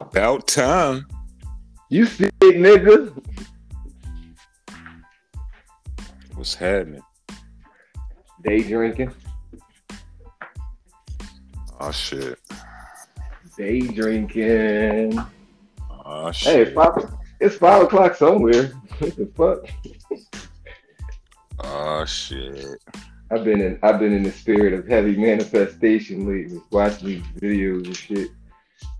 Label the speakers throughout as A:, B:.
A: About time.
B: You sick nigga.
A: What's happening?
B: Day drinking.
A: Oh shit.
B: Day drinking.
A: Oh
B: Hey,
A: shit.
B: it's five, it's five o'clock somewhere. What the fuck?
A: Oh shit.
B: I've been in I've been in the spirit of heavy manifestation lately. Watching these videos and shit.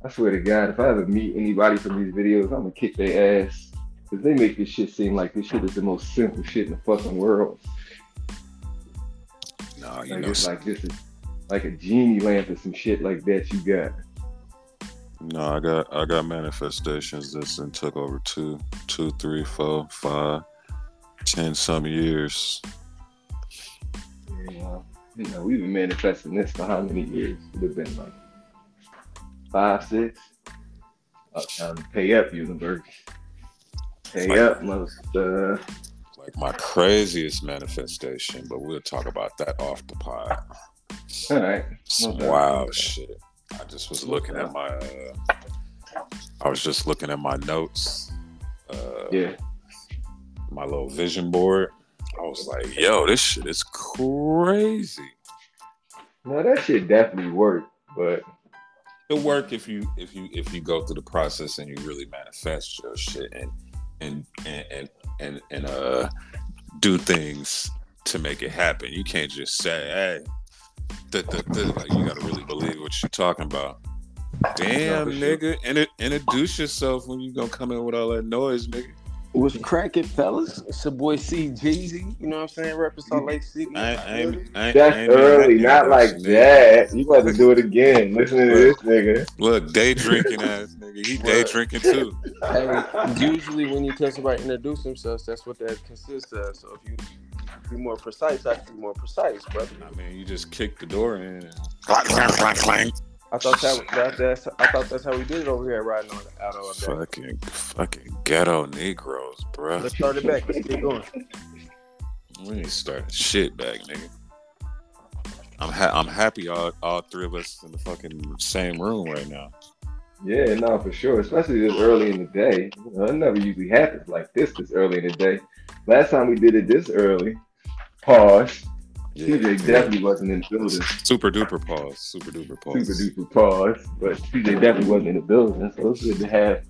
B: I swear to God, if I ever meet anybody from these videos, I'm gonna kick their ass. Cause they make this shit seem like this shit is the most simple shit in the fucking world.
A: No, you
B: Like
A: know.
B: it's like this is like a genie lamp or some shit like that you got.
A: No, I got I got manifestations that's then took over two, two, three, four, five, ten some years.
B: You know, you know, we've been manifesting this for how many years? It have been like five, six. About time to pay up, universe. Pay
A: Like-
B: up, most. Uh,
A: Like my craziest manifestation, but we'll talk about that off the pod.
B: all right.
A: Some
B: Okay.
A: wild shit. I just was looking at my. Uh, I was just looking at my notes. Uh,
B: Yeah.
A: my little vision board. I was like, yo, this shit is crazy.
B: No, that shit definitely worked, but
A: It'll work if you if you if you go through the process and you really manifest your shit and and and and and, and uh do things to make it happen. You can't just say, hey, duh, duh, duh. like you gotta really believe what you're talking about. Damn,
B: No, for sure.
A: nigga, Inter- introduce yourself when you gonna come in with all that noise, nigga.
C: What's cracking, fellas? It's your boy C Jeezy. You know what I'm saying? Rapping Salt Lake City.
A: I, I, ain't- I, ain't-
B: that's
A: I ain't-
B: early, not like
A: nigga.
B: that. You about to do it again. Listen to this nigga.
A: Look, day drinking ass nigga. He day
B: Word.
A: drinking too.
C: Hey, usually, when you tell somebody to introduce themselves, that's what that consists of. So if you be more precise, I can be more precise, brother.
A: I mean, you just kick the door in. And...
C: I thought that, that that's I thought that's how we did it over here, riding on out
B: Oh,
C: all day.
A: Fucking, fucking ghetto Negroes, bro.
C: Let's start it back. Let's get going.
A: We ain't starting shit back, nigga. I'm ha- I'm happy all, all three of us in the fucking same room right now.
B: Yeah, no, for sure. Especially this early in the day. You know, it never usually happens like this this early in the day. Last time we did it this early, pause. TJ definitely wasn't in the building.
A: Super duper pause. Super duper pause.
B: Super duper pause, but TJ definitely wasn't in the building. So it's good to have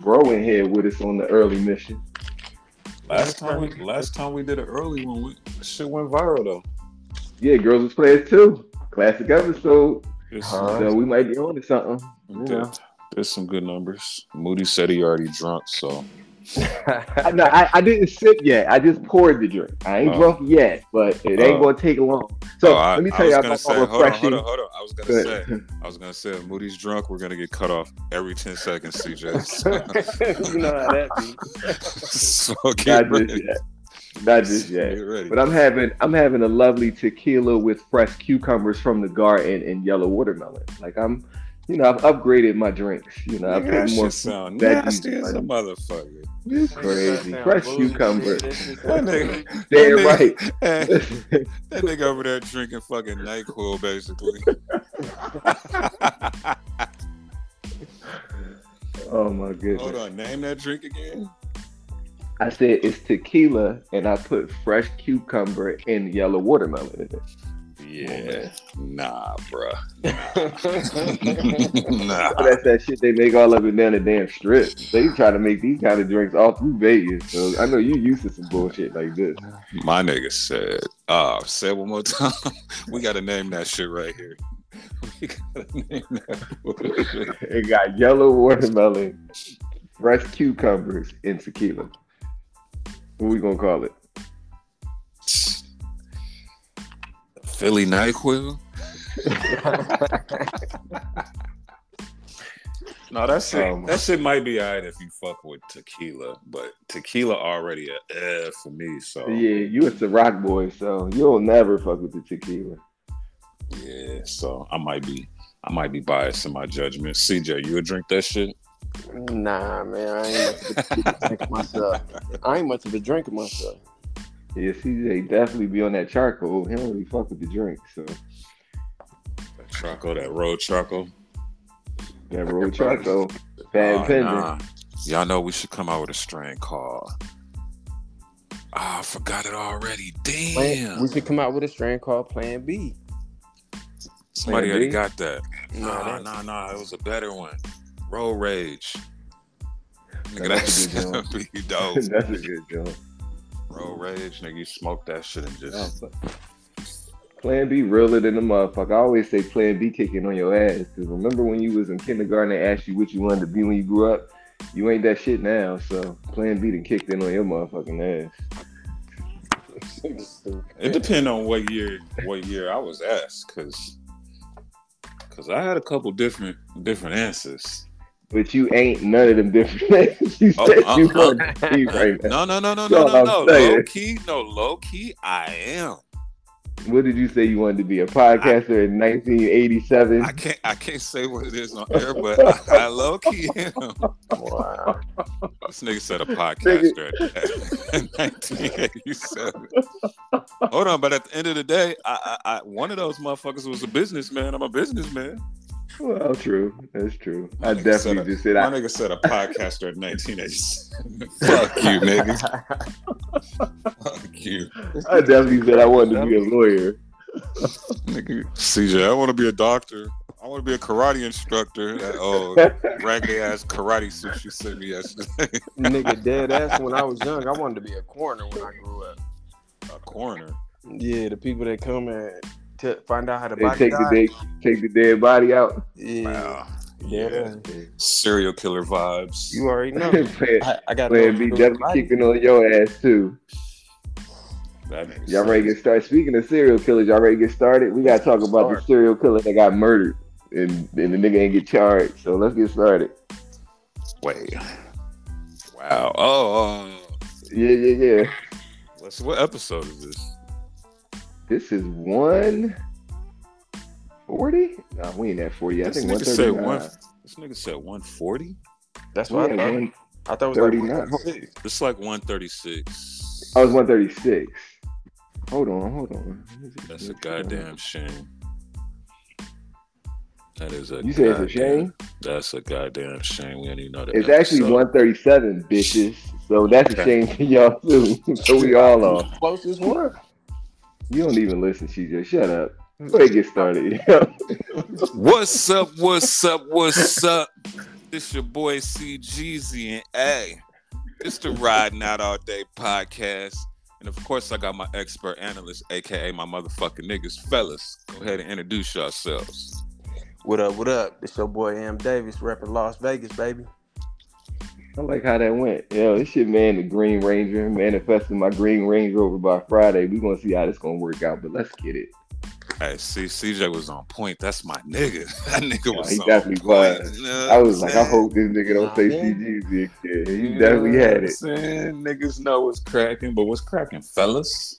B: Bro in here with us on the early mission.
A: Last time we last time we did an early one, we, shit went viral though.
B: Yeah, girls was players too. Classic episode.
A: There's,
B: So we might be on to something.
A: some,
B: Yeah.
A: there's some good numbers. Moody said he already drunk, so
B: I, no, I, I didn't sip yet. I just poured the drink. I ain't
A: Oh.
B: drunk yet, but it ain't
A: Oh.
B: gonna take long. So
A: Oh, I,
B: let me
A: I
B: tell
A: was
B: y'all
A: gonna
B: about
A: say,
B: my
A: hold on, hold
B: refreshing.
A: on, hold on. I was gonna
B: Go
A: say,
B: ahead.
A: I was gonna say, if Moody's drunk. We're gonna get cut off every ten seconds, CJ.
C: you know how that be.
A: so get
B: Not
A: ready.
B: just yet. Not just yet.
A: Get ready.
B: But I'm having I'm having a lovely tequila with fresh cucumbers from the garden and yellow watermelon. Like I'm, you know, I've upgraded my drinks. You know, I
A: Nigga,
B: put
A: that
B: more
A: shit sound
B: veggies,
A: nasty as a
B: like-
A: motherfucker.
B: It's crazy
C: That sound
B: fresh
C: bullshit.
B: cucumber.
C: That shit
A: That
C: sound
A: nigga,
C: bullshit.
B: Dead
A: that
B: right.
A: nigga- that nigga over there drinking fucking Nyquil, basically.
B: oh my
A: hold
B: goodness!
A: on, name that drink again.
B: I said it's tequila, and I put fresh cucumber and yellow watermelon in it.
A: Yeah, nah, bruh. nah.
B: Oh, that's that shit they make all up and down the damn strip. They try to make these kind of drinks all through Vegas. So I know you used to some bullshit like this.
A: My nigga said, uh, say it one more time. We gotta name that shit right here. We gotta name that bullshit.
B: It got yellow watermelon, fresh cucumbers, and tequila. What we gonna call it?
A: Philly NyQuil? no, that shit,
B: Um,
A: that shit might be alright if you fuck with tequila, but tequila already a uh, for me, so yeah.
B: Yeah, you it's a rock boy, so you'll never fuck with the tequila.
A: so I might be I might be biased in my judgment. CJ, you would drink that shit?
C: Nah, man, I ain't much of a drinker myself. I ain't much of a drinker myself.
B: Yeah, CJ definitely be on that charcoal. He don't really fuck with the drink, so
A: That charcoal, that road charcoal.
B: that roll charcoal. Patent
A: Oh,
B: pending.
A: nah. Y'all know we should come out with a strain called. Ah, I forgot it already. Damn.
C: Plan- We should come out with a strain called Plan B.
A: Somebody
B: Plan
A: already
B: B?
A: got that.
C: No,
A: Nah,
C: that's-
A: nah, nah. It was a better one. Road rage. Nigga,
B: Nah, that's
A: that's
B: a good
A: gonna
B: joint.
A: be dope.
B: That's a good joke.
A: Road rage, nigga. You smoke that shit and
B: Yeah,
A: just.
B: but- Oh, Plan B realer than the motherfucker. I always say Plan B kicking on your ass. Cause remember when you was in kindergarten and asked you what you wanted to be when you grew up? You ain't that shit now. So Plan B done kicked in on your motherfucking ass.
A: It depend on what year, what year I was asked, cause, cause I had a couple different different answers.
B: But you ain't none of them different things you
A: Oh,
B: said
A: uh,
B: you
A: uh.
B: gonna be right now.
A: No, no, no, no,
B: That's
A: no,
B: all
A: no, no.
B: I'm saying.
A: Low key, no, low key. I am.
B: What did you say you wanted to be? A podcaster in 1987?
A: I can't. I can't say what it is on air, but I, I low key am.
C: Wow.
A: This nigga said a podcaster in 1987. Hold on, but at the end of the day, I, I, I one of those motherfuckers was a businessman. I'm a businessman.
B: Well, true. That's true.
A: My
B: I
A: nigga said
B: definitely
A: it.
B: just said
A: My
B: I
A: nigga said a podcaster in 1987. Fuck you, nigga. Fuck you,
B: I definitely said I wanted to be a lawyer.
A: nigga. CJ, I want to be a doctor. I want to be a karate instructor. That old raggedy ass karate suit you sent me yesterday.
C: Nigga, dead ass. When I was young, I wanted to be a coroner when I grew up.
A: a coroner.
C: Yeah, the people that come and t- find out how the
B: They
C: body
B: take the
C: died.
B: dead, take the dead body out.
C: Yeah,
A: Wow.
C: dead
A: Yeah.
C: ass.
A: Serial killer vibes.
C: You already know.
B: plan,
C: I, I got
B: plan B definitely kicking on your ass too.
A: That nigga
B: Y'all
A: said-
B: ready to get started? Speaking of serial killers, y'all ready to get started? We gotta talk about the
C: Start.
B: serial killer that got murdered and, and the nigga ain't get charged. So let's get started.
A: Wait. Wow. Oh, uh,
B: Yeah, yeah, yeah.
A: what's, what episode is this?
B: This is one forty. Nah, we ain't at forty. I
A: this
B: think
A: nigga
B: one
A: said
B: thirty
A: one.
B: nine.
A: This nigga said one forty.
C: That's
B: Yeah,
C: what I thought.
B: one-
C: I thought it was like
B: 39.
C: 146.
A: It's like one thirty six.
B: I was Oh, one thirty six. Hold on, hold on.
A: That's a goddamn shame. That is a.
B: You say it's a
A: goddamn-
B: shame?
A: That's a goddamn shame. We don't even know that.
B: It's actually
A: episode.
B: 137, bitches. So that's a shame for y'all too. so we all are.
C: Closest one.
B: You don't even listen, CJ. Shut up. Go ahead and get started. yo.
A: What's up? What's up? What's up? This your boy C Jeezy and A. This the Riding Out All Day podcast. And of course, I got my expert analyst, aka my motherfucking niggas. Fellas, go ahead and introduce yourselves.
C: What up? What up? It's your boy Am Davis rapping Las Vegas, baby.
B: I like how that went. Yo, this shit, man, the Green Ranger manifesting my Green Ranger over by Friday. We're gonna see how this gonna work out, but let's get it.
A: Hey, see, CJ was on point. That's my nigga. That nigga
B: Yeah,
A: was
B: he
A: on
B: definitely
A: point.
B: was.
A: You know
B: I was
A: what
B: like,
A: I'm
B: I hope this nigga don't say
C: Nah, man.
B: CG again.
A: saying?
B: He definitely had it.
A: You know what I'm saying? Niggas know what's cracking, but what's cracking, fellas?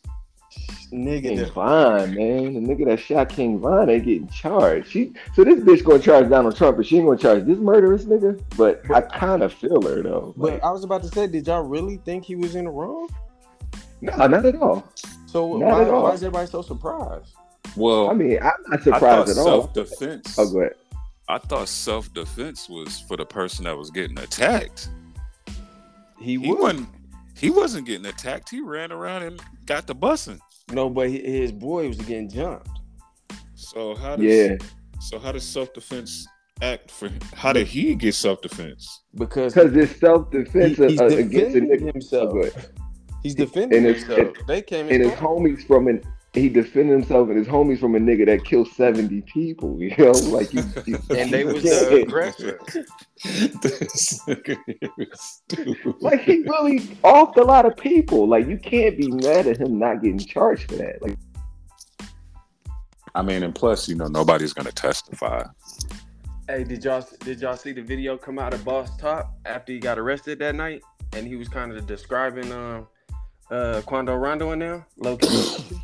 C: Nigga,
B: King
C: the-
B: Vine, man. The nigga that shot King Vine ain't getting charged. She so this bitch gonna charge Donald Trump, but she ain't gonna charge this murderous nigga. But I kind of feel her though.
C: But
B: Like,
C: I was about to say, did y'all really think he was in the wrong?
B: nah, not at all.
C: So
B: Not
C: why,
B: at all.
C: why is everybody so surprised?
A: Well,
B: I mean, I'm not
A: I thought
B: surprised at all.
A: self-defense.
B: Oh, go ahead.
A: I thought self defense was for the person that was getting attacked.
C: He,
A: He,
C: would.
A: wasn't. He wasn't getting attacked. He ran around and got the bussing.
C: No, but hi- his boy was getting jumped.
A: So how does?
B: Yeah,
A: So how does self defense act for? How did he get self defense?
C: Because
B: because it's
C: he-
B: self-defense
C: he's
B: uh, against a
C: defending
B: nigga. Oh,
C: himself.
B: go ahead.
C: He's defending
B: And it's-
C: himself. They came
B: And
C: in.
B: his homies from an he defended himself and his homies from a nigga that killed seventy people. You know, like you. you-
C: And they was uh,
B: you
C: the
B: can't-
C: aggressor.
A: This nigga is stupid.
B: Like he really offed a lot of people. Like you can't be mad at him not getting charged for that. Like
A: I mean, and plus, you know, nobody's gonna testify.
C: Hey, did y'all did y'all see the video come out of Boss Top after he got arrested that night? And he was kind of describing um uh Quando Rondo in there. Low key.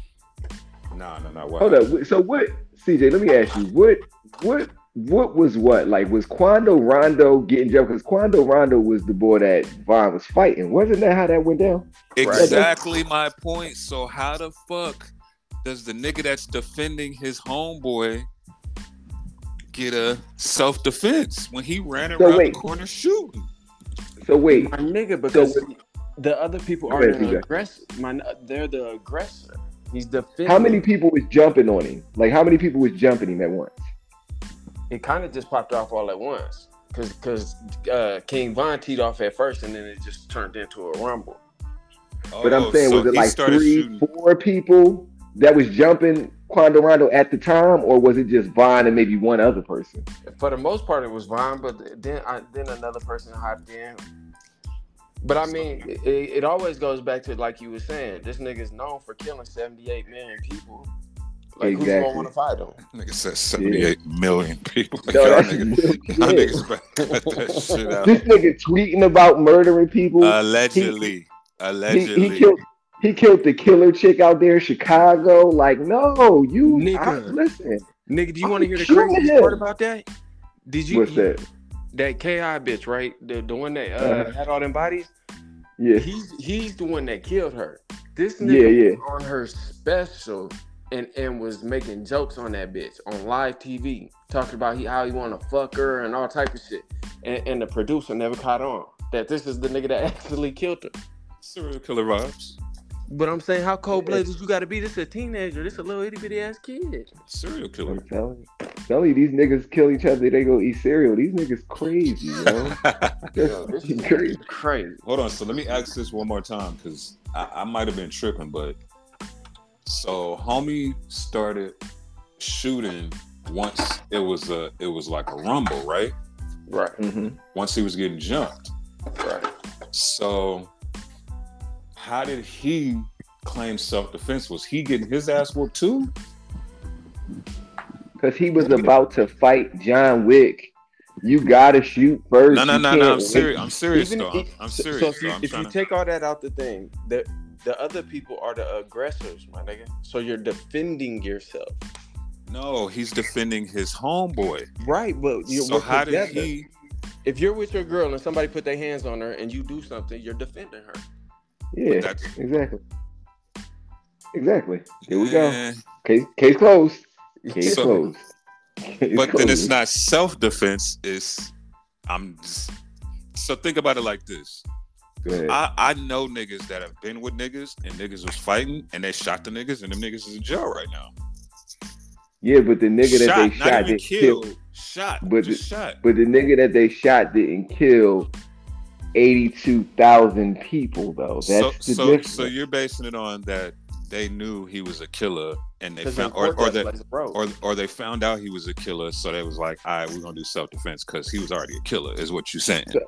A: No, no, no. What?
B: hold up. wh- So what, CJ? Let me ask you. What what what was what? Like was Quando Rondo getting jumped? Because Quando Rondo was the boy that Vaughn was fighting. Wasn't that how that went down?
A: Exactly my point. So how the fuck does the nigga that's defending his homeboy get a self defense when he ran
B: So
A: around
B: wait.
A: the corner shooting.
B: So wait,
C: My nigga, because
B: So-
C: the other people
B: Go
C: are
B: ahead,
C: the
B: TJ.
C: aggressor. My, they're the aggressor. He's defending.
B: how many people was jumping on him? Like how many people was jumping him at once?
C: It kind of just popped off all at once. Cause, cause uh, King Von teed off at first, and then it just turned into a rumble.
B: But I'm
A: Oh,
B: saying,
A: so
B: was it
A: he
B: like
A: started
B: three,
A: shooting-
B: four people that was jumping Quando Rondo at the time, or was it just Vaughn and maybe one other person?
C: For the most part, it was Von, but then I, then another person hopped in. But I mean, it, it always goes back to like you were saying. This nigga's known for killing seventy-eight million people. Like who's
B: Exactly.
C: gonna want to fight him?
A: Nigga said seventy-eight million people. Like,
B: No,
A: y'all
B: that's-
A: niggas, y'all
B: yeah.
A: niggas better cut that shit out.
B: This nigga tweeting about murdering people.
A: Uh, Allegedly.
B: he,
A: Allegedly.
B: he killed. He killed the killer chick out there in Chicago. Like, no, you
C: Nigga.
B: I- listen.
C: Nigga, do you
B: I'm
C: want to hear the
B: killing
C: craziest
B: him.
C: part about that? Did you
B: What's
C: you-
B: that?
C: that KI bitch, right? The the one that uh,
B: Uh-huh.
C: had all them bodies.
B: Yeah,
C: He's he's the one that killed her. This nigga
B: yeah, yeah.
C: was on her special and and was making jokes on that bitch on live TV, talking about he how he want to fuck her and all type of shit. And, and the producer never caught on that this is the nigga that actually killed her.
A: serial killer vibes.
C: But I'm saying, how cold blooded you got to be? This a teenager. This a little itty bitty ass kid.
A: Serial
B: I'm
A: killer.
B: telling you, telling you, these niggas kill each other. They go eat cereal. These niggas crazy, yo.
C: Yo, Oh, this is
B: crazy.
C: crazy.
A: Hold on. So let me ask this one more time because I, I might have been tripping, but so homie started shooting once it was a it was like a rumble, right?
C: Right,
B: Mhm.
A: Once he was getting jumped.
C: right.
A: So how did he claim self defense? Was he getting his ass whooped too?
B: Cause he was about to fight John Wick. You gotta shoot first.
A: No, no,
B: You
A: no, no.
B: can't
A: I'm
B: wait.
A: serious. I'm serious
C: Even
A: though.
C: if-
A: I'm, I'm
C: so-
A: serious.
C: So if you,
A: though. I'm
C: if you
A: trying to-
C: take all that out the thing, the the other people are the aggressors, my nigga. So you're defending yourself,
A: no, he's defending his homeboy.
C: right? But you're
A: So
C: we're
A: how did
C: together.
A: he?
C: If you're with your girl and somebody put their hands on her and you do something, you're defending her.
B: Yeah,
A: That's-
B: exactly. Exactly. Here we go.
A: Eh.
B: Case, case closed. Case
A: So-
B: closed. Case
A: but then it's
B: closed.
A: not self defense. It's I'm just, so think about it like this.
B: Go ahead.
A: I, I know niggas that have been with niggas and niggas was fighting and they shot the niggas and them niggas is in jail right now.
B: yeah, but the nigga that
A: shot, not
B: they shot
A: even
B: didn't kill.
A: killed, shot,
B: But
A: just shot.
B: But the nigga that they shot didn't kill eighty-two thousand people though. That's
A: So
B: the
A: so
B: difference.
A: so you're basing it on that they knew he was a killer and they
C: 'Cause
A: found
C: in
A: or,
C: court,
A: or
C: that's
A: that
C: like the road.
A: or or they found out he was a killer, so they was like, all right, we're gonna do self defense because he was already a killer, is what you're saying.
B: So-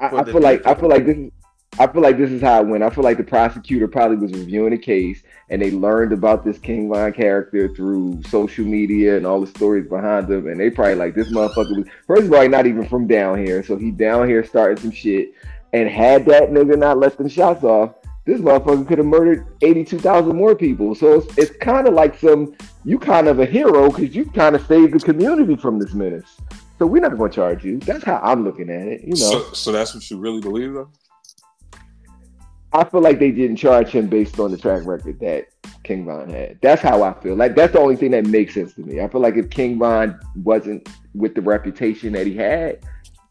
B: I,
C: for
B: I
C: the
B: feel like I feel like this is I feel like this is how it went. I feel like the prosecutor probably was reviewing the case and they learned about this King Von character through social media and all the stories behind him. And they probably like this motherfucker was first of all he not even from down here. So he down here started some shit. And had that nigga not let them shots off, this motherfucker could have murdered eighty two thousand more people. So it's, it's kind of like some you kind of a hero because you kind of saved the community from this menace. So we're not gonna charge you. That's how I'm looking at it. You know.
A: so so that's what you really believe though?
B: I feel like they didn't charge him based on the track record that King Von had. That's how I feel. Like that's the only thing that makes sense to me. I feel like if King Von wasn't with the reputation that he had,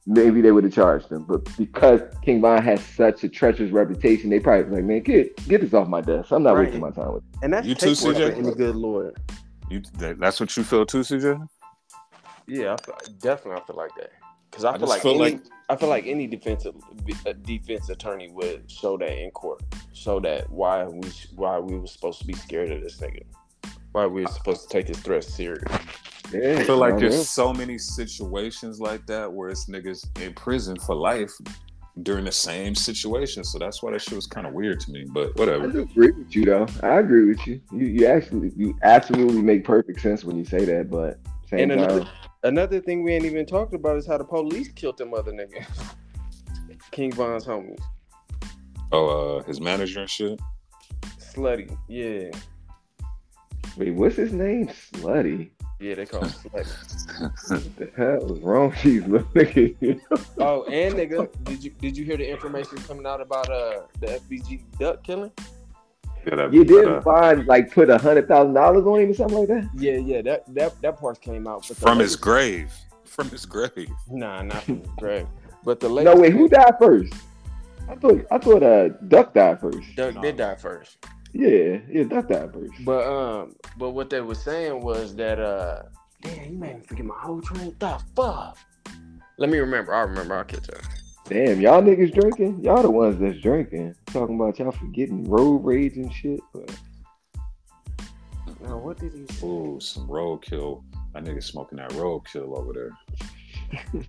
B: maybe they would have charged him. But because King Von has such a treacherous reputation, they probably was like, man, get get this off my desk. I'm not
C: Right.
B: wasting my time with.
C: and that's
A: You too,
C: take one
A: CJ?
C: for any good lawyer.
A: You that, that's what you feel too, CJ?
C: Yeah, I feel, definitely, I feel like that. Because I,
A: I
C: feel
A: just
C: like
A: feel
C: any,
A: like-
C: I feel like any defensive uh, defense attorney would show that in court, show that why we sh- why we were supposed to be scared of this nigga, why we were supposed to take his threats serious.
B: it. Yeah,
A: I feel like
B: you know,
A: there's so many situations like that where it's niggas in prison for life during the same situation. So that's why that shit was kind of weird to me. But
B: I
A: whatever.
B: do agree with you though. I agree with you. You you actually you absolutely make perfect sense when you say that, but same
C: And another-
B: time,
C: Another thing we ain't even talked about is how the police killed them other niggas. King Von's homies.
A: Oh, uh, his manager and shit.
C: Slutty. Yeah.
B: wait, what's his name? Slutty.
C: Yeah, they call him slutty.
B: What the hell was wrong with these little niggas?
C: Oh, and nigga, did you did you hear the information coming out about uh the FBG duck killing?
A: that
B: You
A: that,
B: did
A: uh,
B: find like put a hundred thousand dollars on him or something like that.
C: Yeah, yeah, that that that part came out. but the
A: from his
C: latest-
A: grave. From his grave.
C: Nah, not from his grave. But the
B: No
C: latest
B: wait, who died first? I thought I thought uh Duck died first.
C: Duck did die first.
B: Yeah, yeah, Duck died first.
C: But um, but what they were saying was that uh, damn, you made me forget my whole train of thought. Fuck. Let me remember. I remember. I'll catch up.
B: Damn, y'all niggas drinking. Y'all the ones that's drinking. Talking about y'all forgetting road rage and shit. But
C: Now, what did he say?
A: Ooh, some roadkill. That nigga smoking that roadkill over there.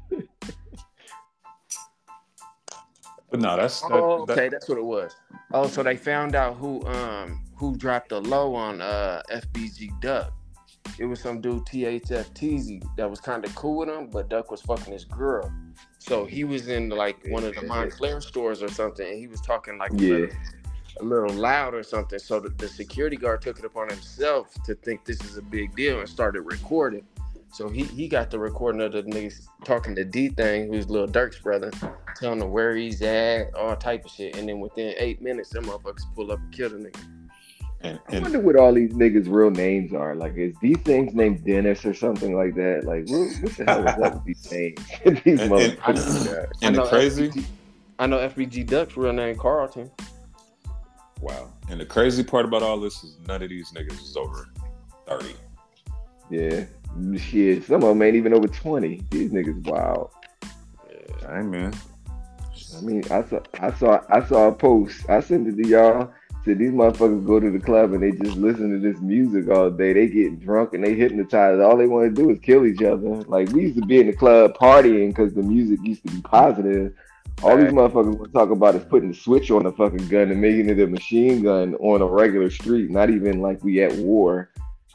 A: but no, that's that,
C: Oh,
A: that-
C: okay, that's what it was. Oh, so they found out who um who dropped the low on uh FBG Duck. It was some dude THF Teasy that was kind of cool with him, but Duck was fucking his girl. So he was in like one of the Montclair stores or something, and he was talking like a
B: Yeah.
C: little- a little loud or something. So the, the security guard took it upon himself to think this is a big deal and started recording. So he, he got the recording of the niggas talking to D thing, who's Lil Durk's brother, telling him where he's at, all type of shit. And then within eight minutes, them motherfuckers pull up and kill the nigga.
A: and,
B: I
A: and
B: wonder what all these niggas' real names are. Like, is these things named Dennis or something like that? Like, what, what the hell is up with these names? these
A: And- and-
B: motherfuckers.
A: and the
C: I know
A: crazy
C: FBG I know FBG Duck's real name Carlton.
A: wow. And the crazy part about all this is none of these niggas is over thirty.
B: Yeah. Shit, some of them ain't even over 20. These niggas wild.
A: Hey man.
B: I mean, I saw, I saw, I saw a post. I sent it to y'all. Said these motherfuckers go to the club and they just listen to this music all day. They get drunk and they hypnotized. All they want to do is kill each other. Like we used to be in the club partying because the music used to be positive. All these motherfuckers want to talk about is putting the switch on a fucking gun and making it a machine gun on a regular street. Not even like we at war.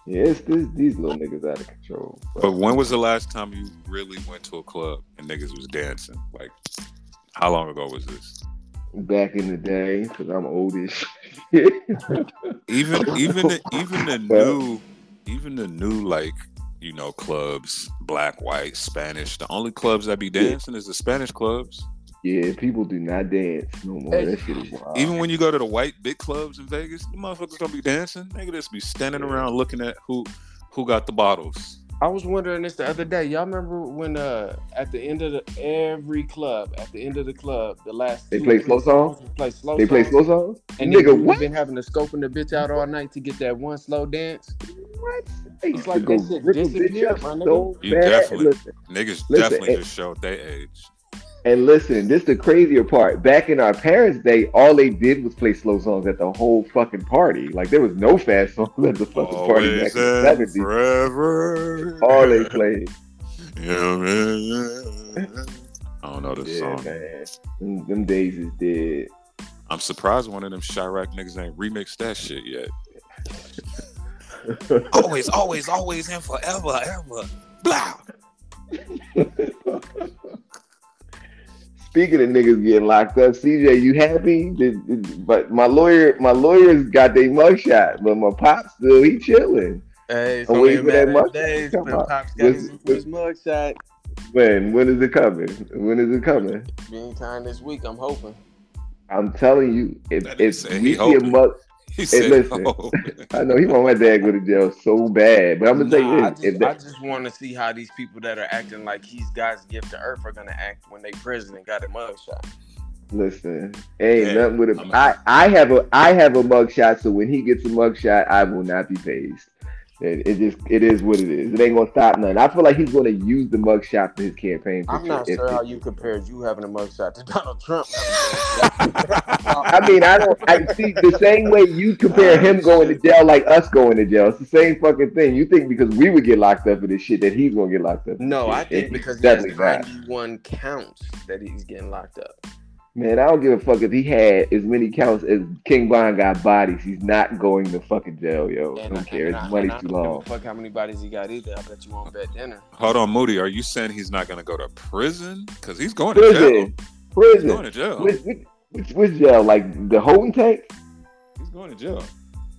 B: Yeah, it's this, these little niggas out of control.
A: But when was the last time you really went to a club and niggas was dancing? Like how long ago was this?
B: Back in the day, because I'm old as shit.
A: even even the, even the new even the new like you know clubs black white spanish the only clubs that be dancing is the spanish clubs
B: Yeah, people do not dance no more.
C: Hey.
B: That shit is wild.
A: even when you go to the white big clubs in vegas the motherfuckers don't be dancing nigga just be standing around looking at who who got the bottles
C: I was wondering this the other day. Y'all remember when uh at the end of the every club, at the end of the club, the last
B: They
C: two,
B: play
C: three
B: slow
C: songs, they play slow
B: they play
C: songs?
B: slow songs.
C: And
B: Nigga,
C: nigga, we've
B: what?
C: been having to scoping the bitch out all night to get that one slow dance.
B: What? They used
C: like
B: to go
C: that shit
B: rip a bitch
C: disappeared,
B: up
C: my nigga.
B: so
A: You
B: bad.
A: definitely-
B: Listen,
A: niggas
B: Listen, eh,
A: definitely
B: it-
A: just showed their age
B: and listen, this the crazier part. Back in our parents' day, all they did was play slow songs at the whole fucking party. Like there was no fast songs at the fucking party back
A: Always
B: in the
A: and
B: seventies.
A: forever
B: All they played.
A: Yeah, man. i don't know this
B: Yeah,
A: song
B: man. Them, them days is dead.
A: i'm surprised one of them chirac niggas ain't remixed that shit yet always, always, always, and forever, ever. Blah.
B: Speaking of niggas getting locked up, CJ, you happy? Did- did- but my lawyer, my lawyers got their mugshot, but my pop still he chilling.
C: Hey,
B: so Oh, wait it for that matter of mug-
C: days
B: Come when on.
C: Pop's
B: got This- his- this-
C: mugshot.
B: When? When is it coming? When is it coming?
C: Anytime this week, I'm hoping.
B: I'm telling you, if
A: That nigga
B: if
A: said
B: we
A: he
B: see a
A: hoping.
B: mug,
A: He said,
B: listen.
A: "Oh."
B: I know he want my dad to go to jail so bad. But I'm gonna tell you
C: Nah, I
B: this:
C: just,
B: if that,
C: want to see how these people that are acting like he's God's gift to earth are gonna act when they president got a mugshot.
B: listen, ain't
A: Yeah,
B: nothing with
A: I'm
B: him.
A: a-
B: I I have a I have a mugshot, so when he gets a mugshot, I will not be phased. It, it just it is what it is. It ain't gonna stop none. I feel like he's gonna use the mugshot for his campaign.
C: I'm
B: picture
C: not
B: if
C: sure
B: it-
C: how you compared you having a mugshot to Donald Trump.
B: I mean, I don't. I see the same way you compare him going to jail like us going to jail. It's the same fucking thing. You think because we would get locked up for this shit that he's gonna get locked up?
C: No, I
B: Yeah,
C: think because he has
B: definitely not.
C: 91 counts that he's getting locked up.
B: Man, I don't give a fuck if he had as many counts as King Bond got bodies. He's not going to fucking jail, yo. I don't care. His money's too long.
C: Fuck how many bodies he got either. I bet you won't bet dinner.
A: Hold on, Moody. Are you saying he's not going to go to prison? Because he's going to jail.
B: Prison,
A: He's going
B: prison.
A: to jail.
B: Which, which, which, which jail? Like the holding tank?
A: He's going to jail.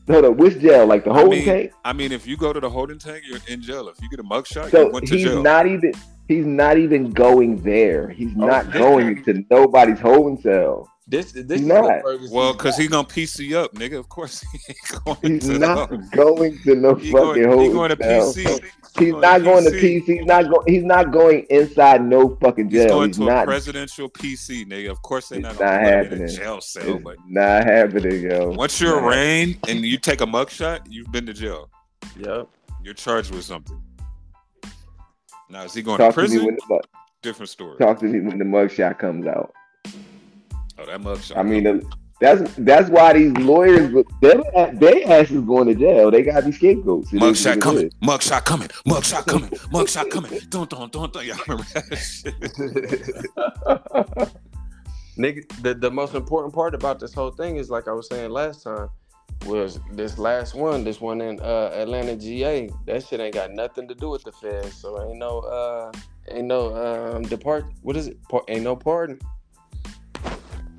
B: No, no. Which jail? Like the
A: I
B: holding
A: mean,
B: tank?
A: I mean, if you go to the holding tank, you're in jail. If you get a mugshot, you
B: So
A: went to
B: he's
A: jail.
B: not even. He's not even going there. He's
A: Oh,
B: not
A: yeah.
B: going to nobody's holding cell.
C: This this
B: Not.
C: is what Ferguson.
A: Well, because he gonna PC up, nigga. Of course he ain't going
B: He's
A: to
B: not
A: the-
B: going to no
A: uh, He
B: fucking
A: going, he
B: holding
A: going to
B: cell.
A: PC.
B: He's not going to PC. He's not going. He's not going inside no fucking
A: He's
B: jail.
A: going
B: He's
A: to a
B: not.
A: presidential PC, nigga. Of course they're not
B: It's
A: gonna
B: not
A: put him in a
B: happening.
A: jail cell,
B: It's
A: but
B: not happening, yo.
A: once you're
B: Nah.
A: arraigned and you take a mugshot, you've been to jail.
C: Yep.
A: You're charged with something. Now is he going
B: Talk
A: to
B: to me
A: prison?
B: when the mug-
A: Different story.
B: talk to me when the mugshot comes out.
A: Oh, that mugshot.
B: I mean, the- that's that's why these lawyers, they they ass is going to jail. They got to be scapegoats. It is what
A: Mugshot
B: it
A: coming,
B: is.
A: mugshot coming, mugshot coming, mugshot coming. Don't, don't, don't, don't. Y'all remember that shit?
C: Nigga, the, the most important part about this whole thing is like I was saying last time, was this last one, this one in uh, Atlanta GA. That shit ain't got nothing to do with the feds. So ain't no uh ain't no um depart what is it? Par- ain't no pardon.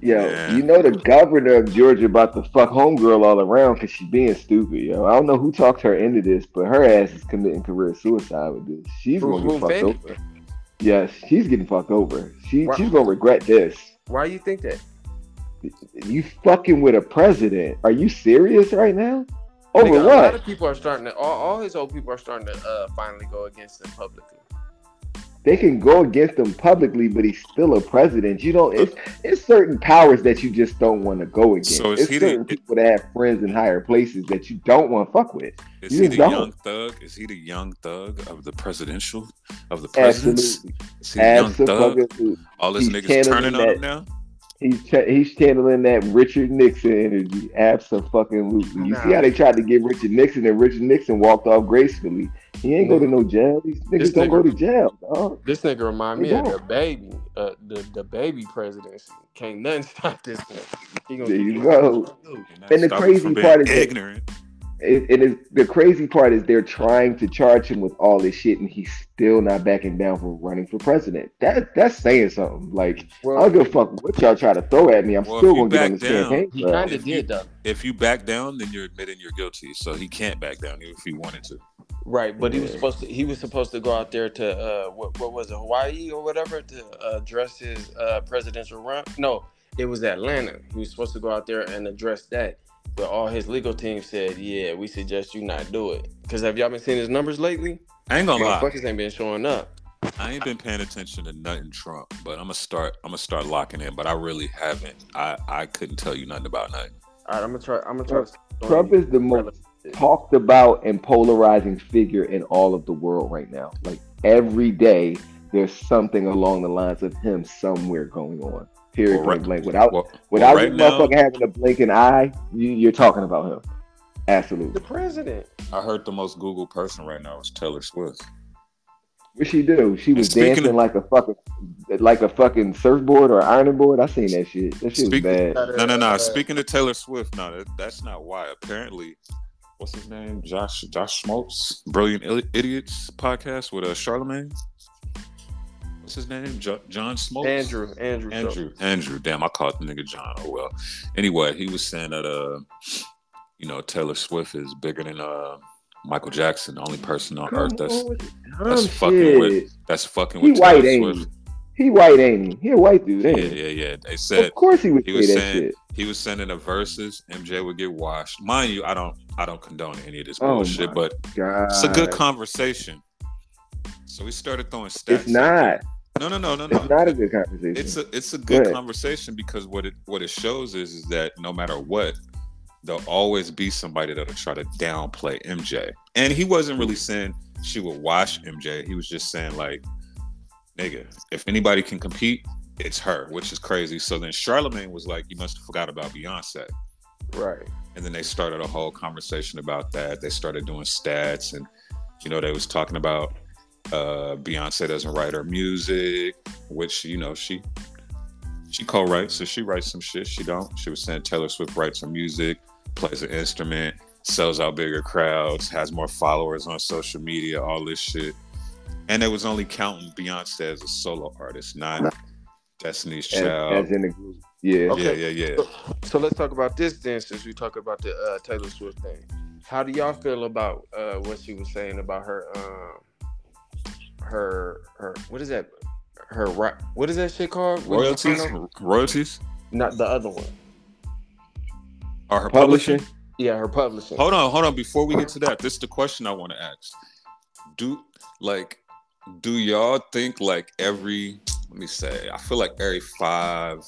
B: Yo,
A: Yeah.
B: you know the governor of Georgia about to fuck homegirl all around because she being stupid, yo. I don't know who talked her into this, but her ass is committing career suicide with this. She's
C: Who-
B: going to
C: who,
B: get fucked
C: Fanny?
B: over. Yes, she's getting fucked over. She
C: Why-
B: she's going to regret this.
C: Why you think that?
B: You fucking with a president? Are you serious right now? Over
C: Nigga, A lot
B: what?
C: of people are starting to all, all his old people are starting to uh finally go against him publicly.
B: they can go against him publicly, but he's still a president. You don't. It's it's certain powers that you just don't want to go against.
A: So is
B: it's
A: he the-
B: certain people that have friends in higher places that you don't want to fuck with.
A: Is
B: You
A: he the
B: don't.
A: young thug? Is he the young thug of the presidential of the presidents?
B: Absolutely,
A: Is he the young thug?
B: absolutely.
A: All this
B: He's
A: niggas
B: channeling
A: turning on
B: that-
A: him now.
B: He's ch- he's channeling that Richard Nixon energy. Absolutely. You see
C: Nah.
B: how they tried to get Richard Nixon, and Richard Nixon walked off gracefully. He ain't go to no jail. These niggas
C: This
B: don't
C: nigga-
B: go to jail. Dog.
C: This nigga remind me
B: They
C: of
B: don't.
C: the baby, uh, the the baby presidency. Can't nothing stop this. nigga. He gonna
B: There
C: keep
B: you
C: doing
B: go.
C: what he do.
A: You're not
B: And the
A: stopping
B: crazy
A: from being
B: part is that-
A: ignorant.
B: It, it is the crazy part is they're trying to charge him with all this shit, and he's still not backing down from running for president. That that's saying something. Like I
C: Well,
B: don't give a fuck what y'all try to throw at me. I'm
A: Well,
B: still
A: if you
B: gonna get on
A: back
B: this
A: down,
B: campaign.
C: he
B: trail.
C: kind of did though.
A: If you back down, then you're admitting you're guilty. So he can't back down even if he wanted to.
C: Right, but he was
B: Yeah.
C: supposed to. He was supposed to go out there to uh, what, what was it, Hawaii or whatever, to uh, address his uh, presidential run. No, it was Atlanta. He was supposed to go out there and address that, but all his legal team said, "Yeah, we suggest you not do it." Because have y'all been seeing his numbers lately?
A: I ain't gonna lie.
C: Motherfuckers ain't been showing up.
A: I ain't been paying attention to nothing Trump, but I'm gonna start. I'm gonna start locking in. But I really haven't. I I couldn't tell you nothing about nothing.
C: All right, I'm gonna try. I'm gonna try. to-
B: Trump is the most talked about and polarizing figure in all of the world right now. Like every day, there's something along the lines of him somewhere going on. Period.
A: Well, right-
B: point blank. Without
A: Well,
B: without
A: right
B: this
A: now-
B: motherfucker having a blinking eye, you, you're talking about him.
C: the
B: Absolutely.
C: president.
A: I heard the most Google person right now is Taylor Swift.
B: What she do? She was
A: speaking
B: dancing
A: of-
B: like a fucking like a fucking surfboard or ironing board. I seen that shit. That shit was
A: Speak-
B: bad.
A: No, no, no. Speaking of Taylor Swift, no, that, that's not why. Apparently, what's his name? Josh Josh Schmaltz, Brilliant Ili- Idiots podcast with uh, Charlemagne. What's his name? Jo- John Smoltz.
C: Andrew, Andrew,
A: Andrew. Andrew. Damn, I called the nigga John. Oh well. Anyway, he was saying that uh, you know, Taylor Swift is bigger than uh Michael Jackson, the only person on earth that's that's fucking with- that's fucking
B: He
A: with Taylor
B: white, ain't he?
A: Swift.
B: He white, ain't he? He a white dude, ain't
A: Yeah,
B: he?
A: yeah, yeah. They said
B: Of course he would
A: he
B: say
A: was
B: that
A: saying-
B: shit.
A: he was sending a verses. MJ would get washed. Mind you, I don't I don't condone any of this
B: Oh,
A: bullshit,
B: my
A: but
B: God.
A: it's a good conversation. So we started throwing stats.
B: It's not.
A: No, no, no, no, no.
B: It's not a good conversation.
A: It's a it's a good
B: ahead.
A: conversation because what it what it shows is is that no matter what, there'll always be somebody that'll try to downplay MJ. And he wasn't really saying she would wash MJ. He was just saying like, nigga, if anybody can compete, it's her, which is crazy. So then Charlemagne was like, you must have forgot about Beyonce.
C: Right.
A: and then they started a whole conversation about that they started doing stats and you know they was talking about uh beyonce doesn't write her music which you know she she co-writes so she writes some shit she don't she was saying taylor swift writes her music plays an instrument sells out bigger crowds has more followers on social media all this shit and they was only counting beyonce as a solo artist not destiny's
B: as,
A: child
B: as in the group. Yeah.
C: Okay.
A: yeah yeah yeah
C: So let's talk about this then, since we talk about the uh, Taylor Swift thing. How do y'all feel about uh, what she was saying about her um, her her what is that her ri- what is that shit called? What is it
A: royalties,
C: called?
A: royalties,
C: Not the other one.
A: or her
B: Publishing?
A: publishing?
C: Yeah, her publishing.
A: Hold on, hold on. Before we get to that, this is the question I want to ask. Do like, do y'all think like every? Let me say, I feel like every five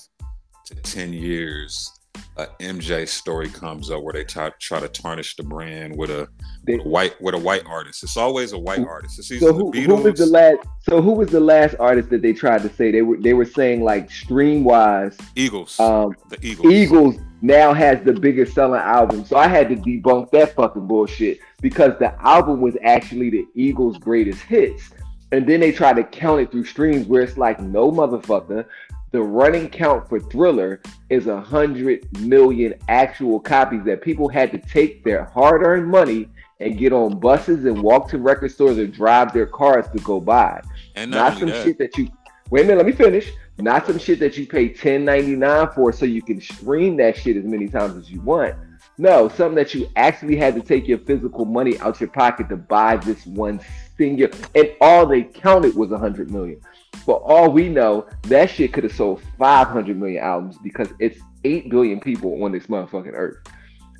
A: to ten years, a MJ story comes up where they try, try to tarnish the brand with a,
B: They-
A: white with a white artist. It's always a white artist. It's either
B: So who,
A: the Beatles.
B: who was the last? So who was the last artist that they tried to say they were? They were saying like stream wise,
A: Eagles.
B: um,
A: the Eagles.
B: Eagles now has the biggest selling album. So I had to debunk that fucking bullshit because the album was actually the Eagles' greatest hits. And then they try to count it through streams where it's like, no motherfucker. The running count for Thriller is a hundred million actual copies that people had to take their hard-earned money and get on buses and walk to record stores or drive their cars to go buy
A: And not,
B: not some
A: only that,
B: shit that you wait a minute let me finish not some shit that you pay 10.99 for so you can stream that shit as many times as you want no something that you actually had to take your physical money out your pocket to buy this one single and all they counted was 100 million for all we know that shit could have sold 500 million albums because it's 8 billion people on this motherfucking earth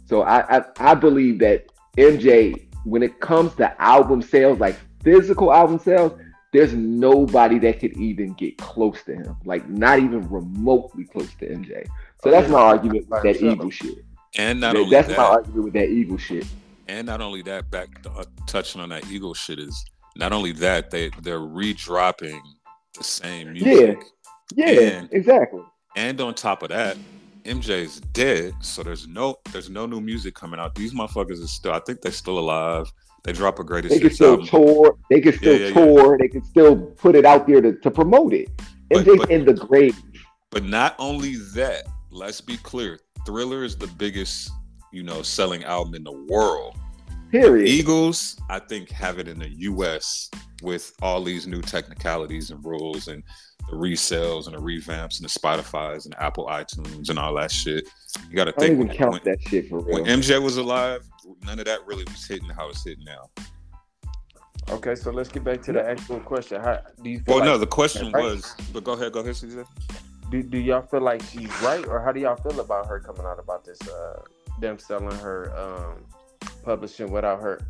B: so i i, I believe that mj when it comes to album sales like physical album sales there's nobody that could even get close to him, like not even remotely close to MJ. So that's my argument with that Eagle shit.
A: and not
B: That-
A: only
B: That's
A: that,
B: my argument with that Eagle shit.
A: And not only that, back to, uh, touching on that Eagle shit is not only that they they're redropping the same music,
B: Yeah,
A: And-
B: exactly.
A: and on top of that, MJ's dead, so there's no there's no new music coming out. These motherfuckers are still, I think they're still alive. They drop a greatest
B: They could
A: hits
B: still
A: album.
B: tour. They could still
A: um, Yeah, yeah, yeah.
B: tour. They could still put it out there to, to promote it.
A: But-
B: MJ's
A: but-
B: in the grave.
A: But not only that, let's be clear, Thriller is the biggest you know selling album in the world.
B: Period.
A: Eagles, I think, have it in the U.S. with all these new technicalities and rules and the resales and the revamps and the Spotify's and Apple iTunes and all that shit. You got to
B: I don't
A: think
B: even
A: when,
B: count
A: when-
B: that shit for
A: when
B: real.
A: MJ was alive, none of that really was hitting how it's hitting now.
C: Okay, so let's get back to the actual question. How do you feel
A: Well,
C: like,
A: no, the question
C: Right.
A: was, but go ahead, go ahead, Caesar.
C: do, do y'all feel like she's right or how do y'all feel about her coming out about this uh them selling her um publishing without her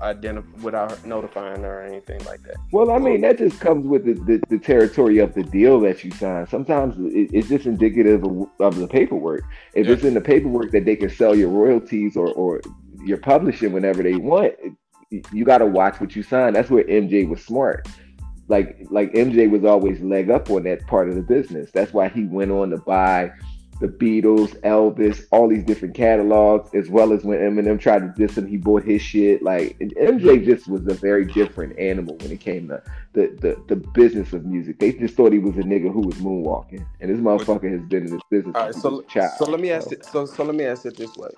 C: identif- without her notifying her or anything like that?
B: Well, I mean, that just comes with the, the, the territory of the deal that you sign. Sometimes it, it's just indicative of, of the paperwork. If
A: Yeah.
B: it's in the paperwork that they can sell your royalties or, or your publishing whenever they want, it, you got to watch what you sign. That's where MJ was smart. Like like MJ was always leg up on that part of the business. That's why he went on to buy the Beatles, Elvis, all these different catalogs, as well as when Eminem tried to diss him, he bought his shit. Like and MJ just was a very different animal when it came to the, the the business of music. They just thought he was a nigga who was moonwalking, and this motherfucker has been in this business.
C: All right,
B: since he
C: so
B: was a child.
C: so let me ask it. So so let me ask it this way: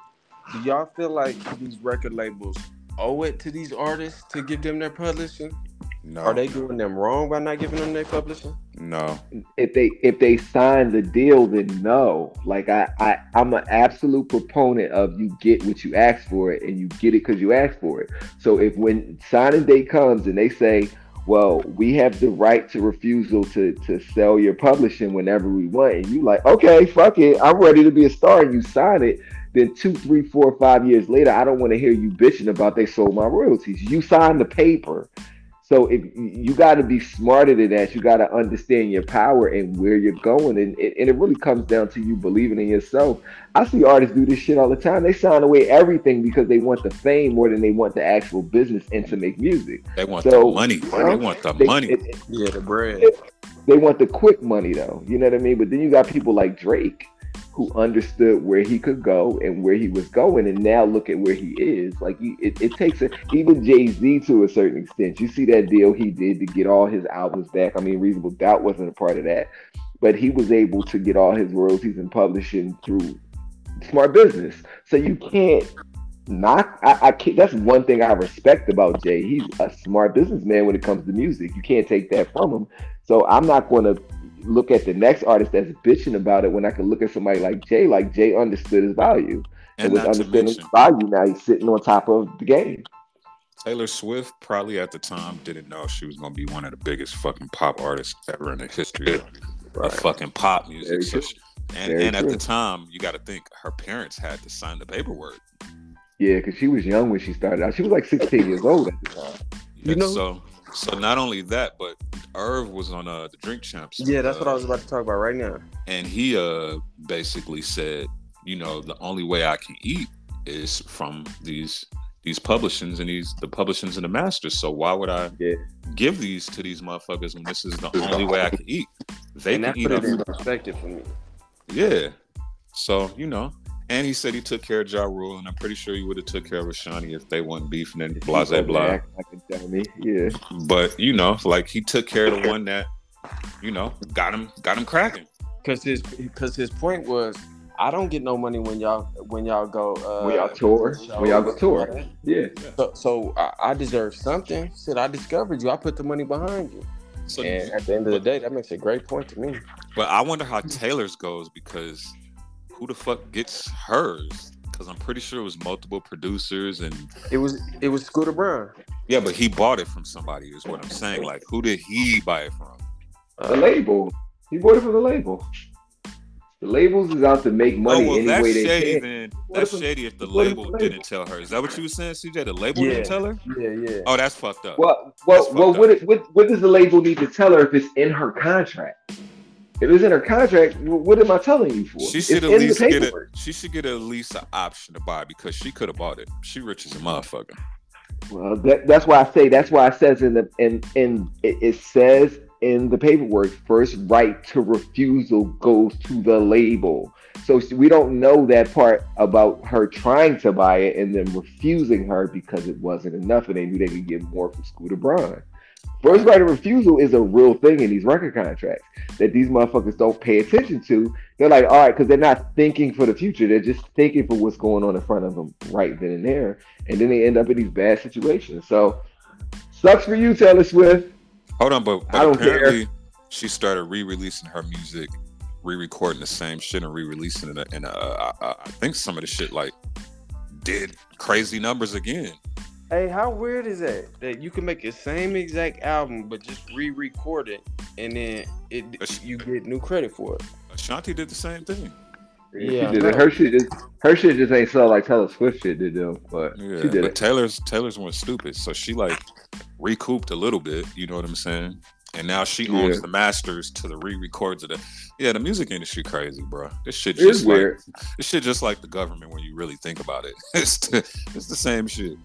C: Do y'all feel like these record labels owe it to these artists to give them their publishing?
A: No,
C: Are they doing them wrong by not giving them their publishing?
A: no,
B: if they if they sign the deal, then no. Like I, I I'm an absolute proponent of you get what you ask for it and you get it because you ask for it. So if when signing day comes and they say, Well, we have the right to refusal to to sell your publishing whenever we want, and you like, okay, fuck it, I'm ready to be a star and you sign it. Then two, three, four, five years later, I don't want to hear you bitching about they sold my royalties. You signed the paper. So if you got to be smarter than that, you got to understand your power and where you're going, and it, and it really comes down to you believing in yourself. I see artists do this shit all the time. They sign away everything because they want the fame more than they want the actual business and to make music.
A: they want
B: So,
A: the money.
B: well,
A: they want the
B: They,
A: money.
B: it- it-
C: Yeah, the bread.
B: they want the quick money though. You know what I mean? But then you got people like Drake who understood where he could go and where he was going, and now look at where he is. Like you, it, it takes a, even Jay Z to a certain extent. You see that deal he did to get all his albums back. I mean, Reasonable Doubt wasn't a part of that, but he was able to get all his royalties and publishing through smart business. So you can't knock. I, I can't, that's one thing I respect about Jay. He's a smart businessman when it comes to music. You can't take that from him. So I'm not going to look at the next artist that's bitching about it when I can look at somebody like Jay. Like Jay understood his value. And,
A: and
B: with
A: not to
B: understanding
A: mention,
B: his value, now he's sitting on top of the game.
A: Taylor Swift probably at the time didn't know she was gonna be one of the biggest fucking pop artists ever in the history of,
B: Right.
A: of fucking pop music.
B: Very
A: So
B: true.
A: she- and
B: Very
A: and at
B: true.
A: the time, you got to think her parents had to sign the paperwork.
B: Yeah, because she was young when she started out. She was like 16 years old at the time.
C: You
A: And
C: know-
A: so so not only that, but Irv was on uh, the Drink Champs.
C: Yeah, that's what I
A: uh,
C: was about to talk about right now.
A: and he uh basically said you know the only way i can eat is from these these publishings and these the publishings and the masters so why would i
B: Yeah.
A: give these to these motherfuckers when this is the only way i can eat they
C: and
A: can
C: that
A: eat
C: put it in
A: up.
C: perspective for me.
A: yeah so you know and he said he took care of Ja Rule, and I'm pretty sure he would have took care of Shawnee if they wasn't beefing and blah, blah, blah.
B: Act Like a dummy. Yeah.
A: But, you know, like he took care of the one that, you know, got him got him cracking.
C: Cause his cause his point was I don't get no money when y'all when y'all go uh,
B: When y'all tour. When y'all go tour. Yeah.
C: So, so I, I deserve something. Said I discovered you. I put the money behind you.
A: So
C: and at the end of the day, that makes a great point to me.
A: But I wonder how Taylor's goes because who the fuck gets hers? Because I'm pretty sure it was multiple producers and
C: It was it was Scooter Brown.
A: yeah, but he bought it from somebody. Is what I'm saying. Like, who did he buy it from?
B: The label. He bought it from the label. The labels is out to make money
A: oh well,
B: any
A: that's
B: way they
A: shady.
B: can.
A: Then
B: What
A: that's
B: if-
A: shady if the
B: what if
A: label
B: the label-
A: didn't tell her. Is that what you were saying, CJ? The label
C: Yeah.
A: didn't tell her.
C: yeah, yeah.
A: Oh, that's fucked up.
B: Well, well,
A: That's
B: well
A: fucked
B: what, it, what, what does the label need to tell her if it's in her contract? If it's in her contract, wh- what am I telling you for?
A: she
B: It's
A: should at
B: in the
A: least get a
B: paperwork.
A: she should get at least an option to buy because she could have bought it. She rich as a motherfucker.
B: Well, that, that's why I say that's why it says in the in in it, it says in the paperwork first right to refusal goes to the label. So she- we don't know that part about her trying to buy it and then refusing her because it wasn't enough and they knew they could get more from Scooter Braun. First right of refusal is a real thing in these record contracts that these motherfuckers don't pay attention to. They're like, all right, because they're not thinking for the future. They're just thinking for what's going on in front of them right then and there and then they end up in these bad situations. So sucks for you, Taylor Swift.
A: Hold on, but, but
B: I don't care.
A: apparently she started re-releasing her music, re-recording the same shit and re-releasing it. And uh, I, I- I think some of the shit like did crazy numbers again.
C: Hey, how weird is that? That you can make the same exact album, but just re-record it, and then it you get new credit for it.
A: Ashanti did the same thing.
C: Yeah,
B: she
C: I
B: did it.
C: know.
B: her shit just her shit just ain't sell like Taylor Swift shit did though. But
A: Yeah,
B: she did
A: but
B: it.
A: Taylor's Taylor's went stupid, so she like recouped a little bit. You know what I'm saying? And now she owns
B: Yeah.
A: the masters to the re-records of the. Yeah, the music industry crazy, bro. This shit
B: It's
A: just like
B: weird.
A: this shit just like the government when you really think about it. it's the, it's the same shit.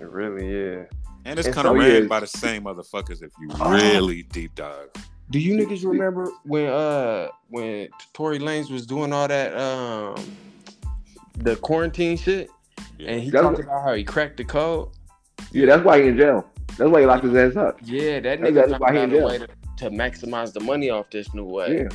C: It really is.
A: And it's
C: And Oh.
A: kind of
B: so
A: ran
B: is-
A: by the same motherfuckers if you really deep dive.
C: Do you niggas remember when uh when Tory Lanez was doing all that um the quarantine shit, and he
B: That was-
C: talked about how he cracked the code?
B: Yeah, that's why he in jail. That's why he locked his ass up.
C: Yeah,
B: That's
C: that nigga
B: exactly
C: talked
B: why he
C: about
B: in
C: a
B: jail.
C: way to, to maximize the money off this new way.
B: Yeah.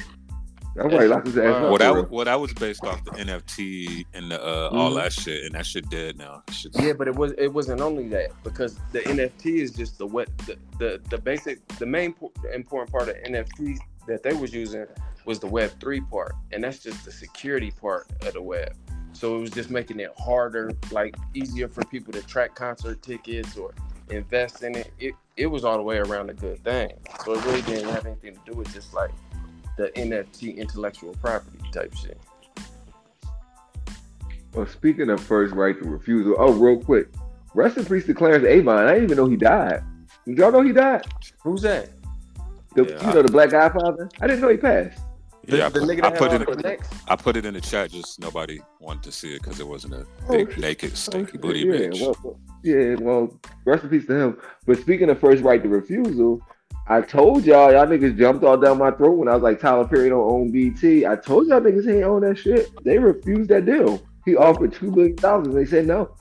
B: That's why he locked his ass
C: Wow.
B: up.
A: Well,
B: for
A: that
B: real.
A: was, well, that was based off the NFT and the, uh, all that shit, and that shit dead now. That shit's-
C: Mm-hmm. Yeah, but it was it wasn't only that because the NFT is just the what the the, the basic the main po- important part of NFTs that they was using was the Web three part, and that's just the security part of the web. So it was just making it harder, like easier for people to track concert tickets or invest in it. It it was all the way around a good thing. So it really didn't have anything to do with just like the NFT intellectual property type shit.
B: Well, speaking of first right to refusal, oh, real quick. Rest in peace to Clarence Avon. I didn't even know he died. Did y'all know he died?
C: Who's that?
B: The,
A: Yeah,
B: you
A: I-
B: know, the Black Godfather? I didn't know he passed.
A: yeah, I,
C: the,
A: put,
C: nigga
A: I
C: that
A: put
C: had
A: it
C: all
A: in,
C: the next.
A: I put it in the chat. Just nobody wanted to see it because it wasn't a
B: Oh,
A: big
B: shit.
A: naked stinky booty
B: yeah,
A: bitch.
B: Well, well, yeah, well, rest in peace to him. But speaking of first right to refusal, I told y'all y'all niggas jumped all down my throat when I was like Tyler Perry don't own BT. I told y'all niggas he ain't own that shit. They refused that deal. He offered two billion dollars. They said no.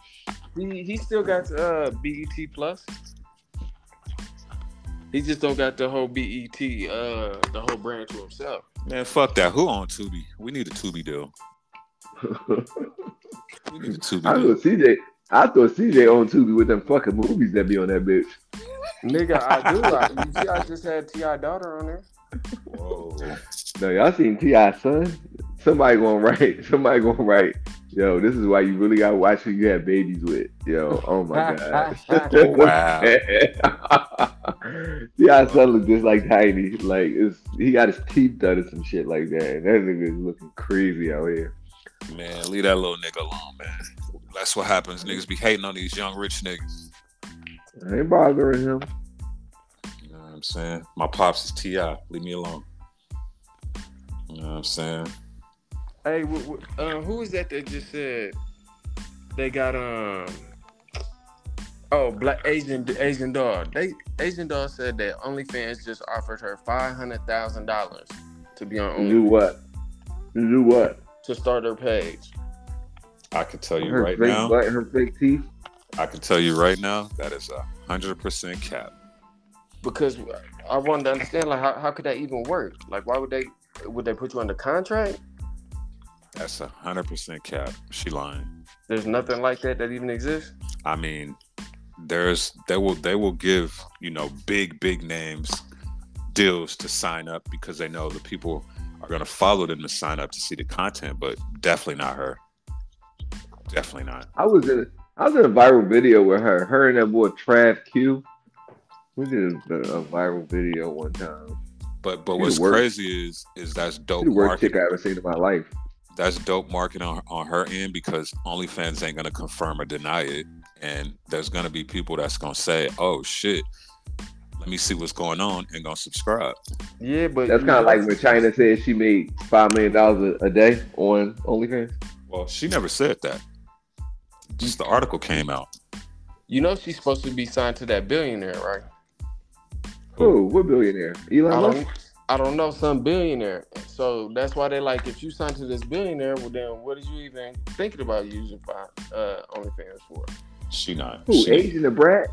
C: He he still got uh BET plus. He just don't got the whole BET uh the whole brand to himself.
A: Man, fuck that. Who on Tubi? We need a Tubi deal. We need a
B: I
A: Tubi deal.
B: thought CJ. I thought CJ owned Tubi with them fucking movies that be on that bitch.
C: Nigga, I do. I, you see, I just had Ti daughter on there.
A: Whoa.
B: No, y'all seen Ti son? Somebody going right. Somebody going right. Yo, this is why you really gotta watch who you have babies with. Yo, oh my god.
A: Wow.
B: Ti son look just like Tiny. Like it's, he got his teeth done and some shit like that. And that nigga is looking crazy out here.
A: Man, leave that little nigga alone, man. That's what happens. Niggas be hating on these young rich niggas.
B: I ain't bothering him.
A: You know what I'm saying? My pops is T.I. Leave me alone. You know what I'm saying?
C: Hey, wh- wh- uh, who is that that just said they got um? Oh, black Asian Asian dog. They Asian dog said that OnlyFans just offered her five hundred thousand dollars to be on
B: To do
C: Only
B: what? To do what?
C: to start her page.
A: I can tell you
B: her
A: right
B: fake
A: now.
B: butt, her fake teeth.
A: I can tell you right now that is a hundred percent cap.
C: Because I wanted to understand like how, how could that even work? Like why would they would they put you under contract?
A: That's a hundred percent cap. She lying.
C: There's nothing like that that even exists.
A: I mean, there's they will they will give you know big big names deals to sign up because they know the people are gonna follow them to sign up to see the content, but definitely not her. Definitely not.
B: I was in I was in a viral video with her. Her and that boy Trav Q. We did a, a viral video one time.
A: But but
B: She
A: what's
B: the worst.
A: crazy is is that's dope
B: She's the worst
A: marketing.
B: chick I ever seen in my life.
A: that's dope marketing on, on her end because OnlyFans ain't gonna confirm or deny it, and there's gonna be people that's gonna say, "Oh shit, let me see what's going on," and gonna subscribe.
C: Yeah, but
B: That's
C: you
B: kind of
C: know-
B: like when China said she made five million dollars a day on OnlyFans.
A: Well, she never said that. Just the article came out.
C: You know she's supposed to be signed to that billionaire, right?
B: Who? What billionaire? Elon
C: I
B: Musk.
C: don't, I don't know some billionaire. So that's why they like if you sign to this billionaire, well then what are you even thinking about using fi- uh, OnlyFans for?
A: She not.
B: Who?
A: She-
B: Asian the brat?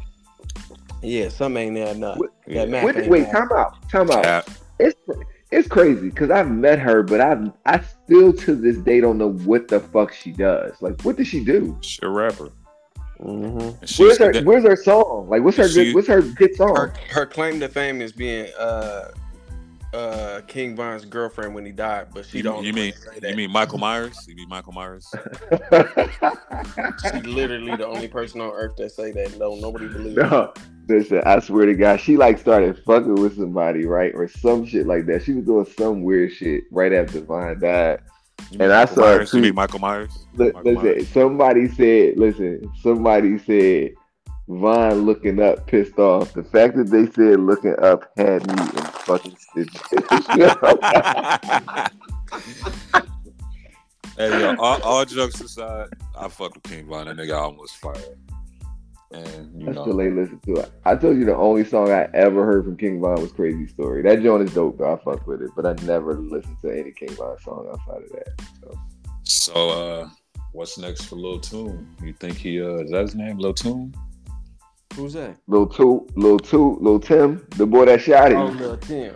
C: Yeah, some ain't there enough.
B: What-
A: yeah.
C: Mac
B: What,
C: ain't
B: wait,
C: bad.
B: time out. Time out.
A: Cap.
B: It's it's crazy because I've met her, but I I still to this day don't know what the fuck she does. Like, what does she do?
A: She a rapper.
C: Mhm.
A: And she's-
B: Where's her Where's her song? Like, what's her
A: She-
B: good, What's her good song?
C: Her her claim to fame is being uh uh King Von's girlfriend when he died, but she
A: you,
C: don't.
A: you mean
C: say that.
A: you mean Michael Myers? You mean Michael Myers?
C: she literally the only person on earth that say that? No, nobody believes. it.
B: no, listen, I swear to God, she like started fucking with somebody, right, or some shit like that. She was doing some weird shit right after Vine died.
A: You mean
B: And I
A: Michael
B: saw a
A: Myers? You
B: tweet.
A: mean Michael Myers?
B: Li-
A: Michael
B: listen,
A: Myers.
B: somebody said, listen, somebody said, Vine looking up pissed off. The fact that they said looking up had me in fucking stitches.
A: hey, yo, all, all jokes aside, I fuck with King Von. That nigga almost fired. And you
B: I still
A: know,
B: ain't listen to it. I told you the only song I ever heard from King Von was Crazy Story. That joint is dope, though. I fuck with it, but I never listened to any King Von song outside of that.
A: so uh, what's next for Lil Toon? You think he uh, is that his name, Lil Toon?
C: Who's that?
B: Lil Two, Lil Two, Lil Tim, the boy that shot him.
C: Oh, Lil Tim.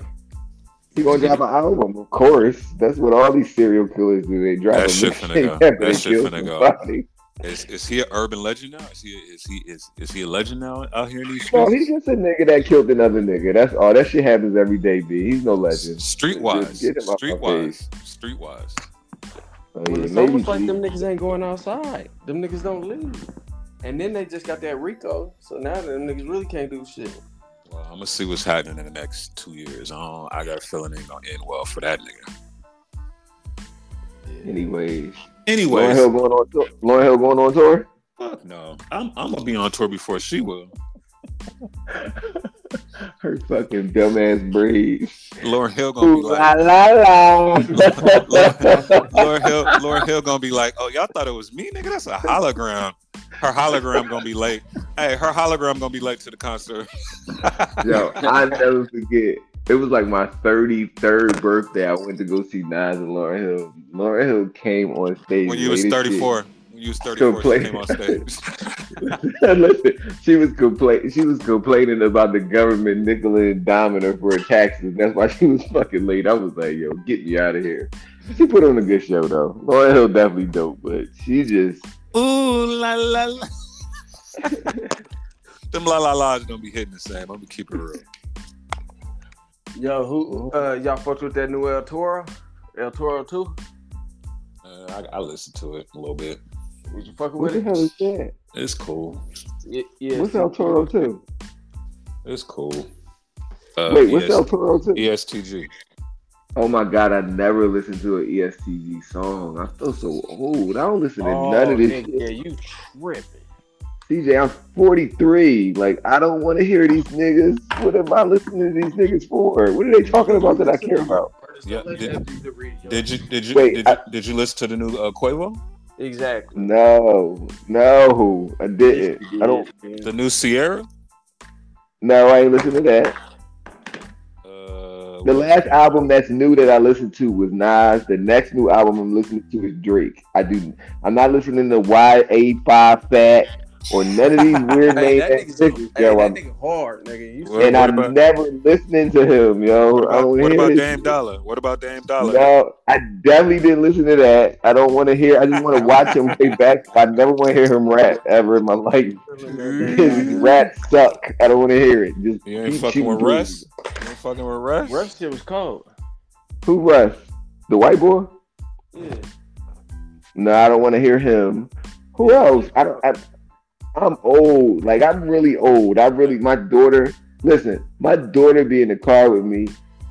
B: he gonna drop an album, of course. That's what all these serial killers do. They drop
A: That
B: a
A: shit
B: mixtape
A: finna go.
B: after
A: That
B: they
A: shit
B: kill
A: finna go.
B: somebody.
A: Is is he an urban legend now? Is he is he is, is he a legend now out here in these
B: No,
A: streets?
B: he's just a nigga that killed another nigga. That's all. That shit happens every day, B. He's no legend.
A: Streetwise,
B: Just get him out my
A: streetwise, streetwise.
B: Oh,
C: Well,
B: yeah,
C: it's
B: maybe
C: almost like
B: G.
C: them niggas ain't going outside. Them niggas don't leave. And then they just got that Rico, so now them niggas really can't do shit.
A: Well, I'm gonna see what's happening in the next two years. I, don't, I got a feeling it ain't gonna end well for that nigga.
B: Anyways, Lauren
A: Anyways,
B: Hill going on tour. Lauren Hill going on tour.
A: Fuck no. I'm I'm gonna be on tour before she will.
B: Her fucking dumbass braids.
A: Lauren Hill gonna
B: Ooh
A: be
B: la
A: like
B: la la.
A: Lauren Hill Lauren Hill gonna be like, Oh, y'all thought it was me, nigga? That's a hologram. Her hologram gonna be late. Hey, her hologram gonna be late to the concert.
B: Yo, I never forget. It was like my 33rd birthday. I went to go see Nas and Lauren Hill. Lauren Hill came on stage.
A: when you was
B: late as shit.
A: 34. When you was 34, she
B: play.
A: came on stage.
B: Listen, she was complain. She was complaining about the government nickel and diming her for her taxes. That's why she was fucking late. I was like, "Yo, get me out of here." She put on a good show though. Lauren Hill definitely dope, but she just
A: Ooh la la la. Them la la la's gonna be hitting the same. I'm gonna keep it real.
C: Yo, who?
B: Oh.
C: Uh, y'all fucked with that new El Toro? El Toro too?
A: Uh, I, I listened to it a little bit.
C: Was you fucking
B: What
C: with
B: the
C: it?
B: hell is that?
A: It's cool.
C: Y- yeah.
B: What's El Toro too?
A: It's cool. Uh, E
B: Wait, what's
A: ES-
B: El Toro too?
A: ESTG.
B: Oh my god, I never listened to E an ESTG song. I feel so old. I don't listen to
C: Oh,
B: none of this
C: nigga,
B: shit.
C: Yeah, you tripping.
B: CJ, I'm 43. Like, I don't want to hear these niggas. What am I listening to these niggas for? What are they talking about that I care about?
A: Yeah, did- Did you did you
B: Wait,
A: did,
B: I-
A: you did you listen to the new uh, Quavo?
C: Exactly.
B: No, no, I didn't. I don't.
A: The new Sierra?
B: No, I ain't listening to that.
A: Uh,
B: The last album that's new that I listened to was Nas. The next new album I'm listening to is Drake. I do. I'm not listening to YA5 Fat or none of these weird
C: Hey,
B: names.
C: that nigga's hey,
B: yo,
C: that
B: I'm,
C: nigga hard, nigga. You
A: What-
B: and
A: what
B: I'm
A: about-
B: never listening to him, yo.
A: What
B: I
A: about,
B: don't
A: what
B: hear
A: about
B: this
A: Dame
B: shit.
A: Dollar? What about Dame Dollar?
B: No, I definitely didn't listen to that. I don't want to hear. I just want to watch him play back. I never want to hear him rap ever in my life. His rap suck. I don't want to hear it. Just
A: You ain't
B: keep
A: fucking with
B: shooting
A: Russ. You ain't fucking with Russ.
C: Rush shit was cold.
B: dudes. Who Russ? The white boy?
C: Yeah.
B: No, I don't want to hear him. Who else? I don't. I, I'm old. Like I'm really old. I really my daughter. Listen, my daughter be in the car with me,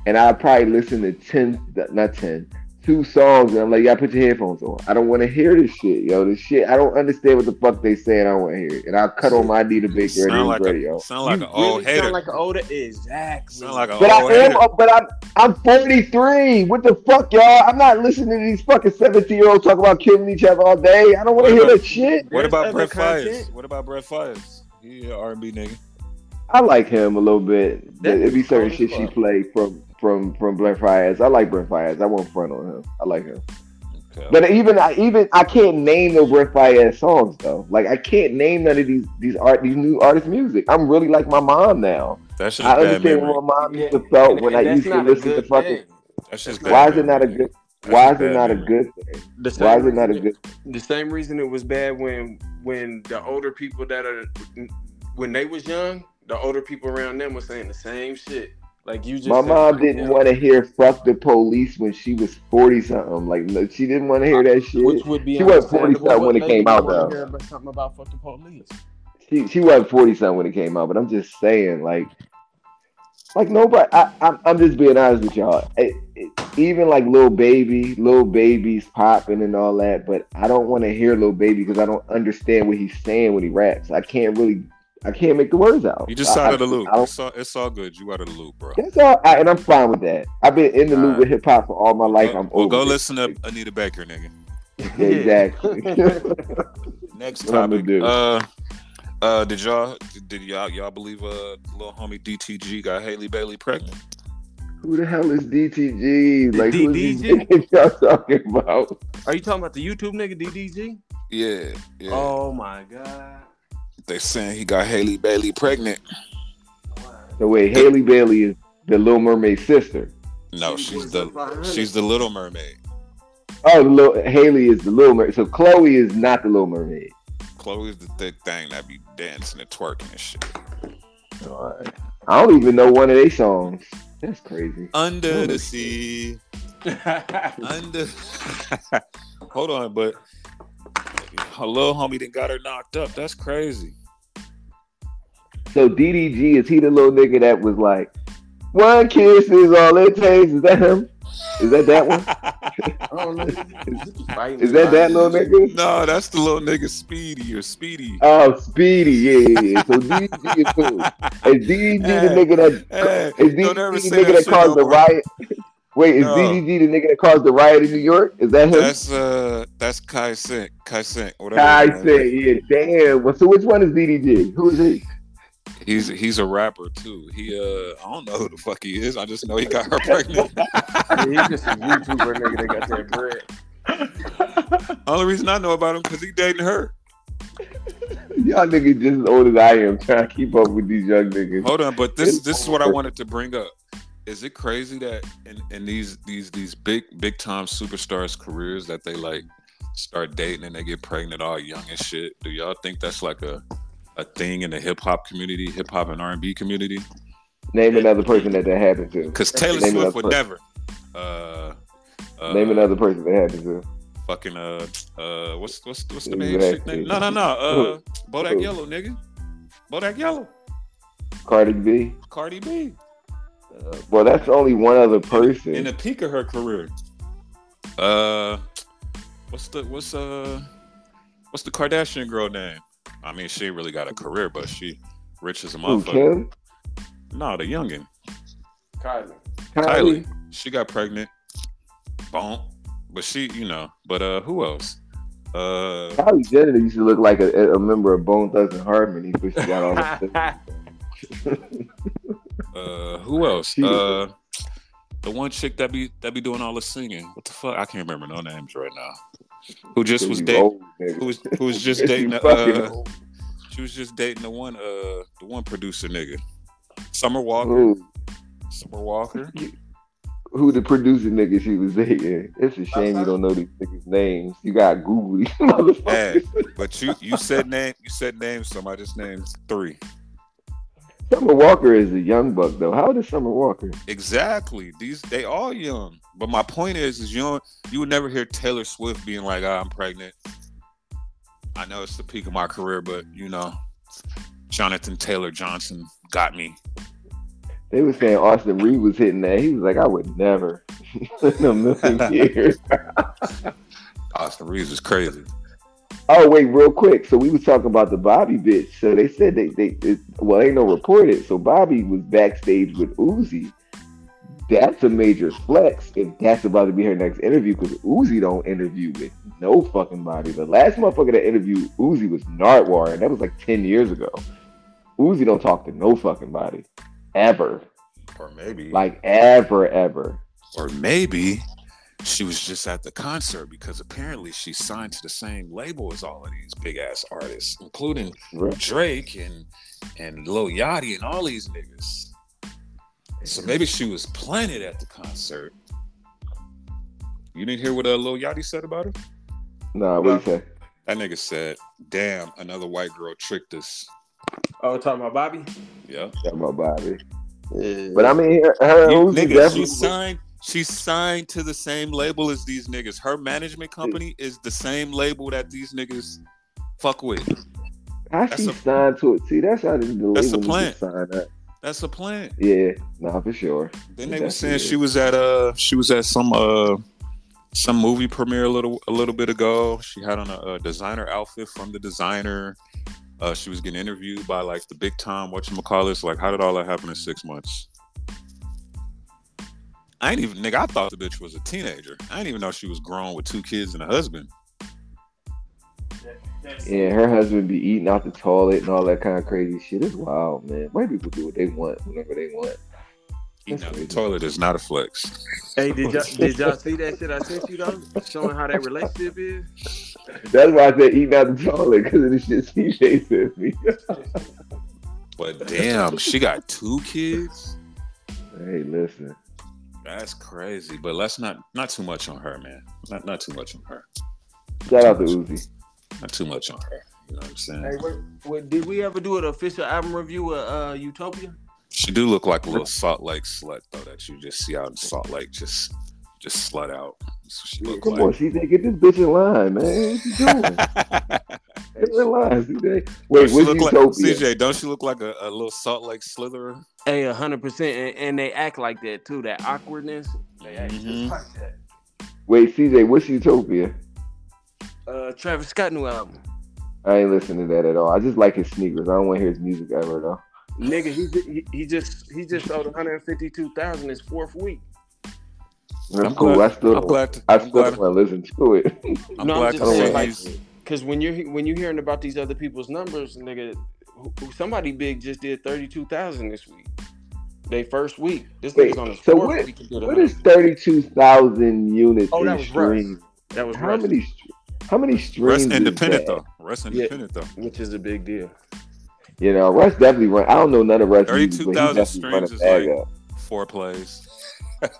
B: and I probably listen to ten, not ten, two songs, and I'm like, "Y'all put your headphones on. I don't want to hear this shit, yo. This shit. I don't understand what the fuck they saying. I don't want to hear it. And I cut on my Anita Baker
A: Sound
B: and
A: like
B: like radio.
A: a sound like
C: you
A: an old
C: really
A: hater.
C: Sound like an older exactly.
A: Sound like an
B: but I
A: old hater.
B: am, but I'm, I'm 43. What the fuck, y'all? I'm not listening to these fucking 17 year olds talk about killing each other all day. I don't want
A: What
B: to hear
A: about-
B: that shit.
A: What
C: There's
A: about
C: other
A: Brett Fires?
C: content.
A: What about Brett Fires? He R and B nigga.
B: I like him a little bit.
C: That
B: It'd be
C: dude's
B: certain
C: cold
B: shit
C: as
B: she
C: fuck.
B: played from from from Brent Fires. I like Brent Fires. I won't front on him. I like him.
A: Okay.
B: But even I even I can't name no Brent Fires songs though. Like I can't name none of these these art these new artist music. I'm really like my mom now.
A: That shit's
B: I
A: bad
B: understand
A: memory.
B: what my mom used to
C: Yeah,
B: felt
C: and-
B: when I
C: and that's
B: used to
C: not a
B: listen to
C: good
B: fucking.
C: thing.
A: That shit's bad.
B: Why is it not a
A: memory.
B: good?
A: That's
B: Why
A: just
B: is it
A: bad
B: not a
A: memory.
B: good thing?
C: The same
B: Why is it not a
C: reason-
B: good?
C: The same reason it was bad when when the older people that are when they was young, the older people around them was saying the same shit. Like you just
B: My
C: said,
B: mom
C: like,
B: didn't
C: yeah.
B: want to hear "fuck the police" when she was forty something. Like no, she didn't want to hear that shit.
C: Which would be
B: She wasn't 40
C: understandable,
B: something when
C: but
B: it came
C: maybe
B: out,
C: you wanna
B: though.
C: hear about Something about fuck the police.
B: she she wasn't forty something when it came out, but I'm just saying, like, like nobody. I, I'm I'm just being honest with y'all. It, it, even like little baby, little baby's popping and all that, but I don't want to hear little baby because I don't understand what he's saying when he raps. I can't really, I can't make the words out.
A: You just
B: I-
A: out of the
B: I-
A: loop.
B: I don't-
A: It's all, it's all good. You out of the loop, bro.
B: That's all, I, and I'm fine with that. I've been in the loop
A: Alright.
B: with hip hop for all my life.
A: Well,
B: I'm
A: well,
B: over
A: go
B: it.
A: listen to Anita Baker, nigga.
B: Yeah, exactly.
A: Next
B: What I'ma
A: topic.
B: do?
A: Uh, uh, did y'all did y'all y'all believe uh little homie DTG got Haley Bailey pregnant?
B: who the hell is DTG? Like, who is these
C: DDG?
B: niggas y'all talking about?
C: Are you talking about the YouTube nigga DDG?
A: Yeah, yeah.
C: Oh my god.
A: They saying he got Haley Bailey pregnant.
B: So wait, Haley Bailey is the Little Mermaid sister.
A: No,
C: She
A: she's
C: was
A: the
C: the 500.
A: she's the Little Mermaid.
B: Oh, the Lil- Haley is the Little Mermaid. So Chloe is not the Little Mermaid.
A: Chloe's the thick thing that be dancing and twerking and shit.
B: I don't even know one of their songs. That's crazy.
A: Under
B: Really?
A: the sea, under. Hold on, but her little homie didn't got her knocked up. That's crazy.
B: So DDG is he the little nigga that was like, one kiss is all it takes. Is that him? Is that that one? Is that that little nigga?
A: No, that's the little nigga Speedy or Speedy.
B: Oh, Speedy. Yeah, yeah. yeah. So DDG is who? Is DDG the
A: Hey,
B: nigga that
A: Hey,
B: Is DDG
A: don't ever
B: the
A: say
B: nigga
A: that
B: that
A: shit no
B: caused the
A: more.
B: riot? Wait, is
A: No.
B: DDG the nigga that caused the riot in New York? Is that him?
A: That's uh, that's Kai Sink. Kai Sink. Whatever. his
B: I
A: name
B: said,
A: is.
B: yeah, damn. Well, so which one is DDG? Who is he?
A: He's he's a rapper too. He uh, I don't know who the fuck he is. I just know he got her pregnant.
C: he's just a YouTuber nigga that got that bread.
A: Only reason I know about him because he dating her.
B: Y'all niggas just as old as I am trying to keep up with these young niggas.
A: Hold on, but this this is what I wanted to bring up. Is it crazy that in, in these these these big big time superstars careers that they like start dating and they get pregnant all young and shit? Do y'all think that's like a a thing in the hip hop community, hip hop and R and B community?
B: Name another person that that happened to.
A: Because Taylor
B: Name
A: Swift
B: another
A: would
B: person.
A: never. Uh, uh,
B: Name another person that happened to.
A: Fucking uh, uh, what's what's what's the
B: Exactly.
A: main chick name? No, no, no. Uh, Bodak Yellow, nigga. Bodak Yellow,
B: Cardi B.
A: Cardi B,
B: Uh, well, that's only one other person.
A: in the peak of her career. Uh, what's the what's uh, what's the Kardashian girl name? I mean, she ain't really got a career, but she rich as a
B: Who,
A: motherfucker.
B: Kim?
A: No, the youngin.
C: Kylie.
A: Kylie. She got pregnant. Boom. But she, you know, but uh who else? Uh
B: Kylie Jenner used to look like a, a member of Bone Thugs and Harmony, but she got all that stuff.
A: uh who else?
B: She-
A: Uh the one chick that be that be doing all the singing. What the fuck? I can't remember no names right now. Who just was
B: You
A: dating
B: old, nigga.
A: who was who was just
B: You
A: dating
B: fucking
A: uh
B: old.
A: she was just dating the one uh the one producer nigga. Summer Walker.
B: Who?
A: Summer Walker.
B: who the producer nigga she was dating. It's a shame you don't know these niggas' names. You got Google these
A: Hey,
B: motherfuckers.
A: but you you said name you said names, so I just named three.
B: Summer Walker is a young buck though. How old is Summer Walker?
A: Exactly. These they all young. But my point is, is you don't, you would never hear Taylor Swift being like, "Ah, "I'm pregnant." I know it's the peak of my career, but you know, Jonathan Taylor Johnson got me.
B: They were saying Austin Reed was hitting that. He was like, I would never in a million years.
A: Austin Reeves is crazy.
B: Oh wait, real quick. So we was talking about the Bobby bitch. So they said they they it, well ain't no reported. So Bobby was backstage with Uzi. That's a major flex if that's about to be her next interview because Uzi don't interview with no fucking body. The last motherfucker that interviewed Uzi was Nardwar, and that was like ten years ago. Uzi don't talk to no fucking body ever,
A: Or maybe,
B: like ever, ever.
A: or maybe she was just at the concert because apparently she's signed to the same label as all of these big ass artists, including
B: Right.
A: Drake and and Lil Yachty and all these niggas. So maybe she was planted at the concert. You didn't hear what uh, Lil Yachty said about her?
B: Nah, what do you say?
A: That nigga said, "Damn, another white girl tricked us."
C: Oh, talking about Bobby.
A: Yeah,
B: Talking about Bobby,
C: Yeah.
B: but I mean, her, her
A: You-
B: Uzi
A: nigga,
B: definitely.
A: she signed. She signed to the same label as these niggas. Her management company is the same label that these niggas fuck with.
B: How
A: That's
B: she
A: a-
B: signed to it? See, that's how this the
A: That's
B: label
A: a
B: needs to sign up.
A: That's the plan.
B: Yeah, nah, for sure.
A: Then they were
B: That's
A: saying
B: it.
A: she was at uh she was at some uh some movie premiere a little a little bit ago. She had on a, a designer outfit from the designer. Uh, she was getting interviewed by like the big time whatchamacallits. Like, how did all that happen in six months? I ain't even nigga. I thought the bitch was a teenager. I didn't even know she was grown with two kids and a husband.
B: Yeah, her husband be eating out the toilet and all that kind of crazy shit. It's wild, man. White people do what they want whenever they want.
A: Eating out the
B: That's
A: toilet is not a flex.
C: Hey, did y'all, did y'all see that shit I sent you though? Showing how that relationship is.
B: That's why I said eating out the toilet because of the shit CJ sent me.
A: But damn, she got two kids.
B: hey, listen,
A: That's crazy. But let's not not too much on her, man. Not not too much on her.
B: shout out to Uzi.
A: not too much on her. You know what I'm saying?
C: Hey, what, what, did we ever do an official album review of uh, Utopia?
A: She do look like a little Salt Lake slut though, that you just see out in Salt Lake, just just slut out. That's what she look
B: Come on, CJ, get this bitch in line, man. What you doing?
A: like.
B: Get her in line, CJ.
A: Don't
B: Wait,
A: she
B: what's
A: look like-
B: Utopia?
A: CJ, don't she look like a, a little Salt Lake slitherer?
C: Hey, hundred percent, and, and they act like that too. That awkwardness. They act
A: Mhm.
C: just like that.
B: Wait, CJ, what's Utopia?
C: Uh, Travis Scott new album.
B: I ain't listening to that at all. I just like his sneakers. I don't want to hear his music ever though.
C: Nigga, he, ju- he he just he just sold one hundred fifty two thousand his fourth week.
B: That's
A: I'm
B: cool.
A: glad-
B: I still
A: I'm glad to,
B: I
A: I'm
B: still
A: glad,
B: want to listen to it.
A: I'm
C: No, I'm
A: glad
C: just
A: to
B: saying,
A: see
B: like-
A: these-
C: Cause when you're he- when you're hearing about these other people's numbers, nigga, who- who- somebody big just did thirty two thousand this week. They first week. This
B: Wait,
C: nigga's on his
B: so
C: fourth
B: what-
C: week. he did
B: what
C: 100.
B: is thirty two thousand units
C: Oh, that
B: in
C: was Russ.
B: streams?
C: that was
B: How
C: Russ,
B: many? str- How many streams?
A: Russ
B: is
A: independent
B: that?
A: though. Russ
C: Yeah.
A: independent though.
C: which is a big deal.
B: You know, Russ definitely run. I don't know none of Russ.
A: 32,000
B: 32,000 streams
A: streams
B: is like.
A: Four plays.
B: Up.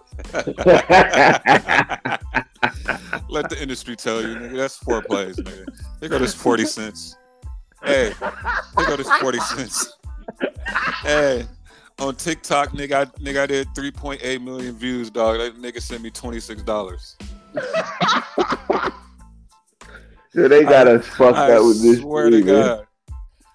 A: Let the industry tell you, nigga. That's four plays, nigga. Here go this forty cents. Hey, here go this forty cents. Hey, on TikTok, nigga, I, nigga, I did 3.8 million views, dog. That nigga sent me twenty six dollars.
B: So they got us fucked
A: I
B: up with this
A: swear to
B: tree, man.
A: God,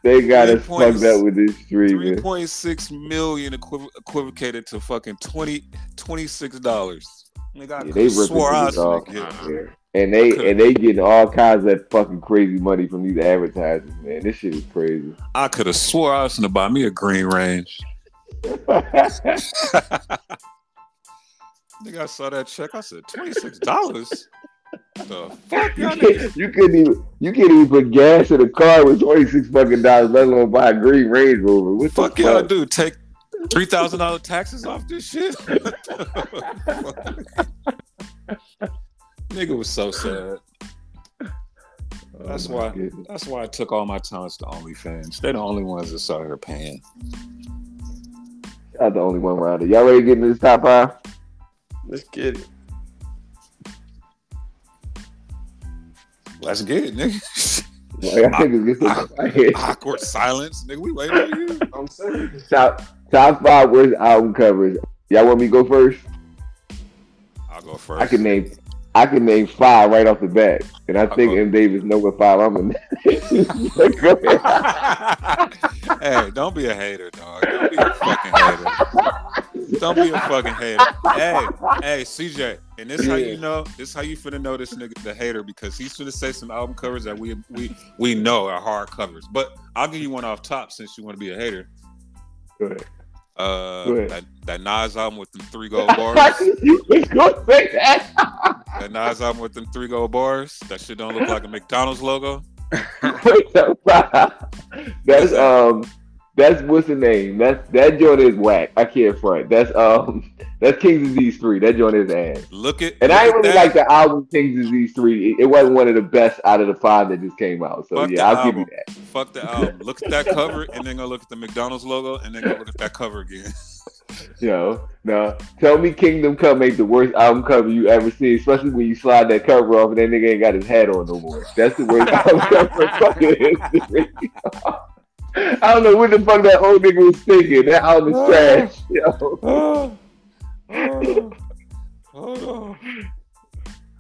B: They got
A: Three
B: us
A: points.
B: fucked up with this tree,
A: three
B: man.
A: point six million equiv- equivocated to fucking 20 26 dollars. Nigga, I
B: Yeah,
A: yeah,
B: they
A: swore I was
B: ripping
A: gonna
B: this
A: get.
C: off.
B: Yeah. And they
A: Could've.
B: and they getting all kinds of fucking crazy money from these advertisers, man. This shit is crazy.
A: I could have swore I was gonna buy me a green range. Nigga, I saw that check. I said twenty six dollars. the fuck,
B: you,
A: y'all niggas
B: can't, you couldn't even you can't even put gas in the car with twenty six fucking dollars, let alone buy a green Range Rover. What
A: fuck
B: the
A: y'all
B: fuck?
A: do? Take three thousand dollar taxes off this shit? Nigga was so sad. That's
B: Oh my
A: why-
B: goodness.
A: That's why I took all my talents to OnlyFans. They're the only ones that started her paying.
B: Y'all the only one around it. Y'all ready to get into this top five?
C: Let's get it.
A: Let's get it, nigga.
B: Like, I think it's good.
A: Awkward silence, nigga. We waiting on you.
C: I'm serious.
B: top top five worst album covers. Y'all want me to go first?
A: I'll go first.
B: I can name I can name five right off the bat, and I think
A: Okay.
B: M. Davis know what five I'm gonna. Go ahead.
A: hey, don't be a hater, dog. Don't be a fucking hater. Don't be a fucking hater. Hey, hey, CJ, and this how you
C: Yeah.
A: know. This how you finna know this nigga the hater because he's finna say some album covers that we we we know are hard covers. But I'll give you one off top since you want to be a hater.
B: Go ahead.
A: Uh,
B: Go ahead.
A: that, that Nas album with the three gold bars.
B: you was gonna say that.
A: that Nas album with them three gold bars. That shit don't look like a McDonald's logo.
B: Wait, no, that's um, that's what's the name? That's that joint is whack. I can't front. That's um, that's King's Disease three. That joint is ass.
A: Look at
B: And
A: look
B: I
A: at
B: really
A: that.
B: like the album King's Disease three. It, it wasn't one of the best out of the five that just came out. So
A: Fuck the
B: yeah, I'll give you
A: album.
B: that.
A: Fuck the album. Look at that cover, and then go look at the McDonald's logo, and then go look at that cover again.
B: You know, no, tell me Kingdom Come ain't the worst album cover you ever see, especially when you slide that cover off and that nigga ain't got his hat on no more. That's the worst album cover in fucking history. I don't know what the fuck that old nigga was thinking. That album is trash. Yo.
A: Oh, oh, oh.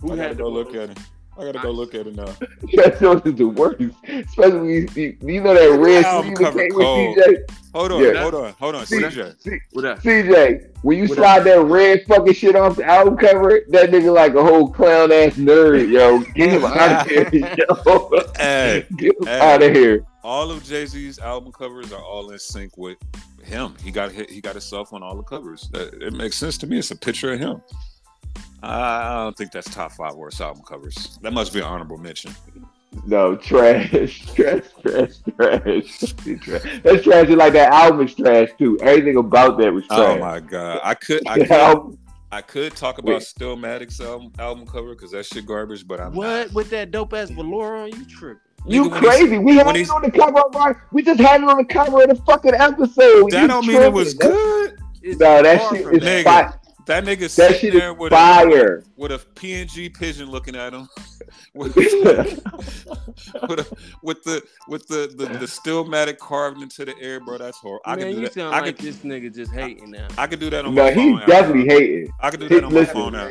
C: Who
A: I gotta
C: had
A: go
C: the
A: look
C: most-
A: at it. I gotta go look at it now.
B: That joint is the worst. Especially when you see, you know that red
A: Album
B: sleeve
A: cover
B: that came
A: cold.
B: with
A: Hold on,
B: Yeah.
A: hold on, hold on, CJ.
B: CJ.
C: What up?
B: CJ, when you
C: What
B: slide that red fucking shit off the album cover, that nigga like a whole clown ass nerd, yo. Get him out of here, yo.
A: Hey,
B: Get him
A: Hey.
B: out of here.
A: all of Jay Z's album covers are all in sync with him. He got hit, he got himself on all the covers. That, it makes sense to me. It's a picture of him. I I don't think that's top five worst album covers. That must be an honorable mention.
B: No, trash, trash, trash, trash. trash. That's trash. It's like that album is trash too. Everything about that was
A: Oh
B: trash.
A: my god, I could, I
B: That
A: could,
B: album-
A: I could talk about Stillmatic's album, album cover because that shit garbage. But I'm
C: What with that dope ass velour on you tripping?
B: you
A: Nigga, when he's-
B: crazy? We had
A: when
B: it
A: he's-
B: on the cover of our, We just had it on the cover of the fucking episode.
A: That
B: You
A: don't mean it was
B: tripping.
A: good.
C: It's
B: No, that
C: far
B: shit
C: from
B: is
A: Nigga.
B: fi-
A: That nigga sitting
B: That shit
A: there
B: is
A: with a,
B: fire.
A: with a PNG pigeon looking at him. with, with, a- with the with the the, the stillmatic carved into the air, bro. That's horrible. I
C: Man,
A: can
C: you
A: do that.
C: sound
A: I
C: like
A: can
C: this nigga just hating now.
A: I can do that on
B: No,
A: my phone.
B: he's
A: app.
B: definitely hating.
A: I can do
B: he-
A: that on
B: listen.
A: my phone now.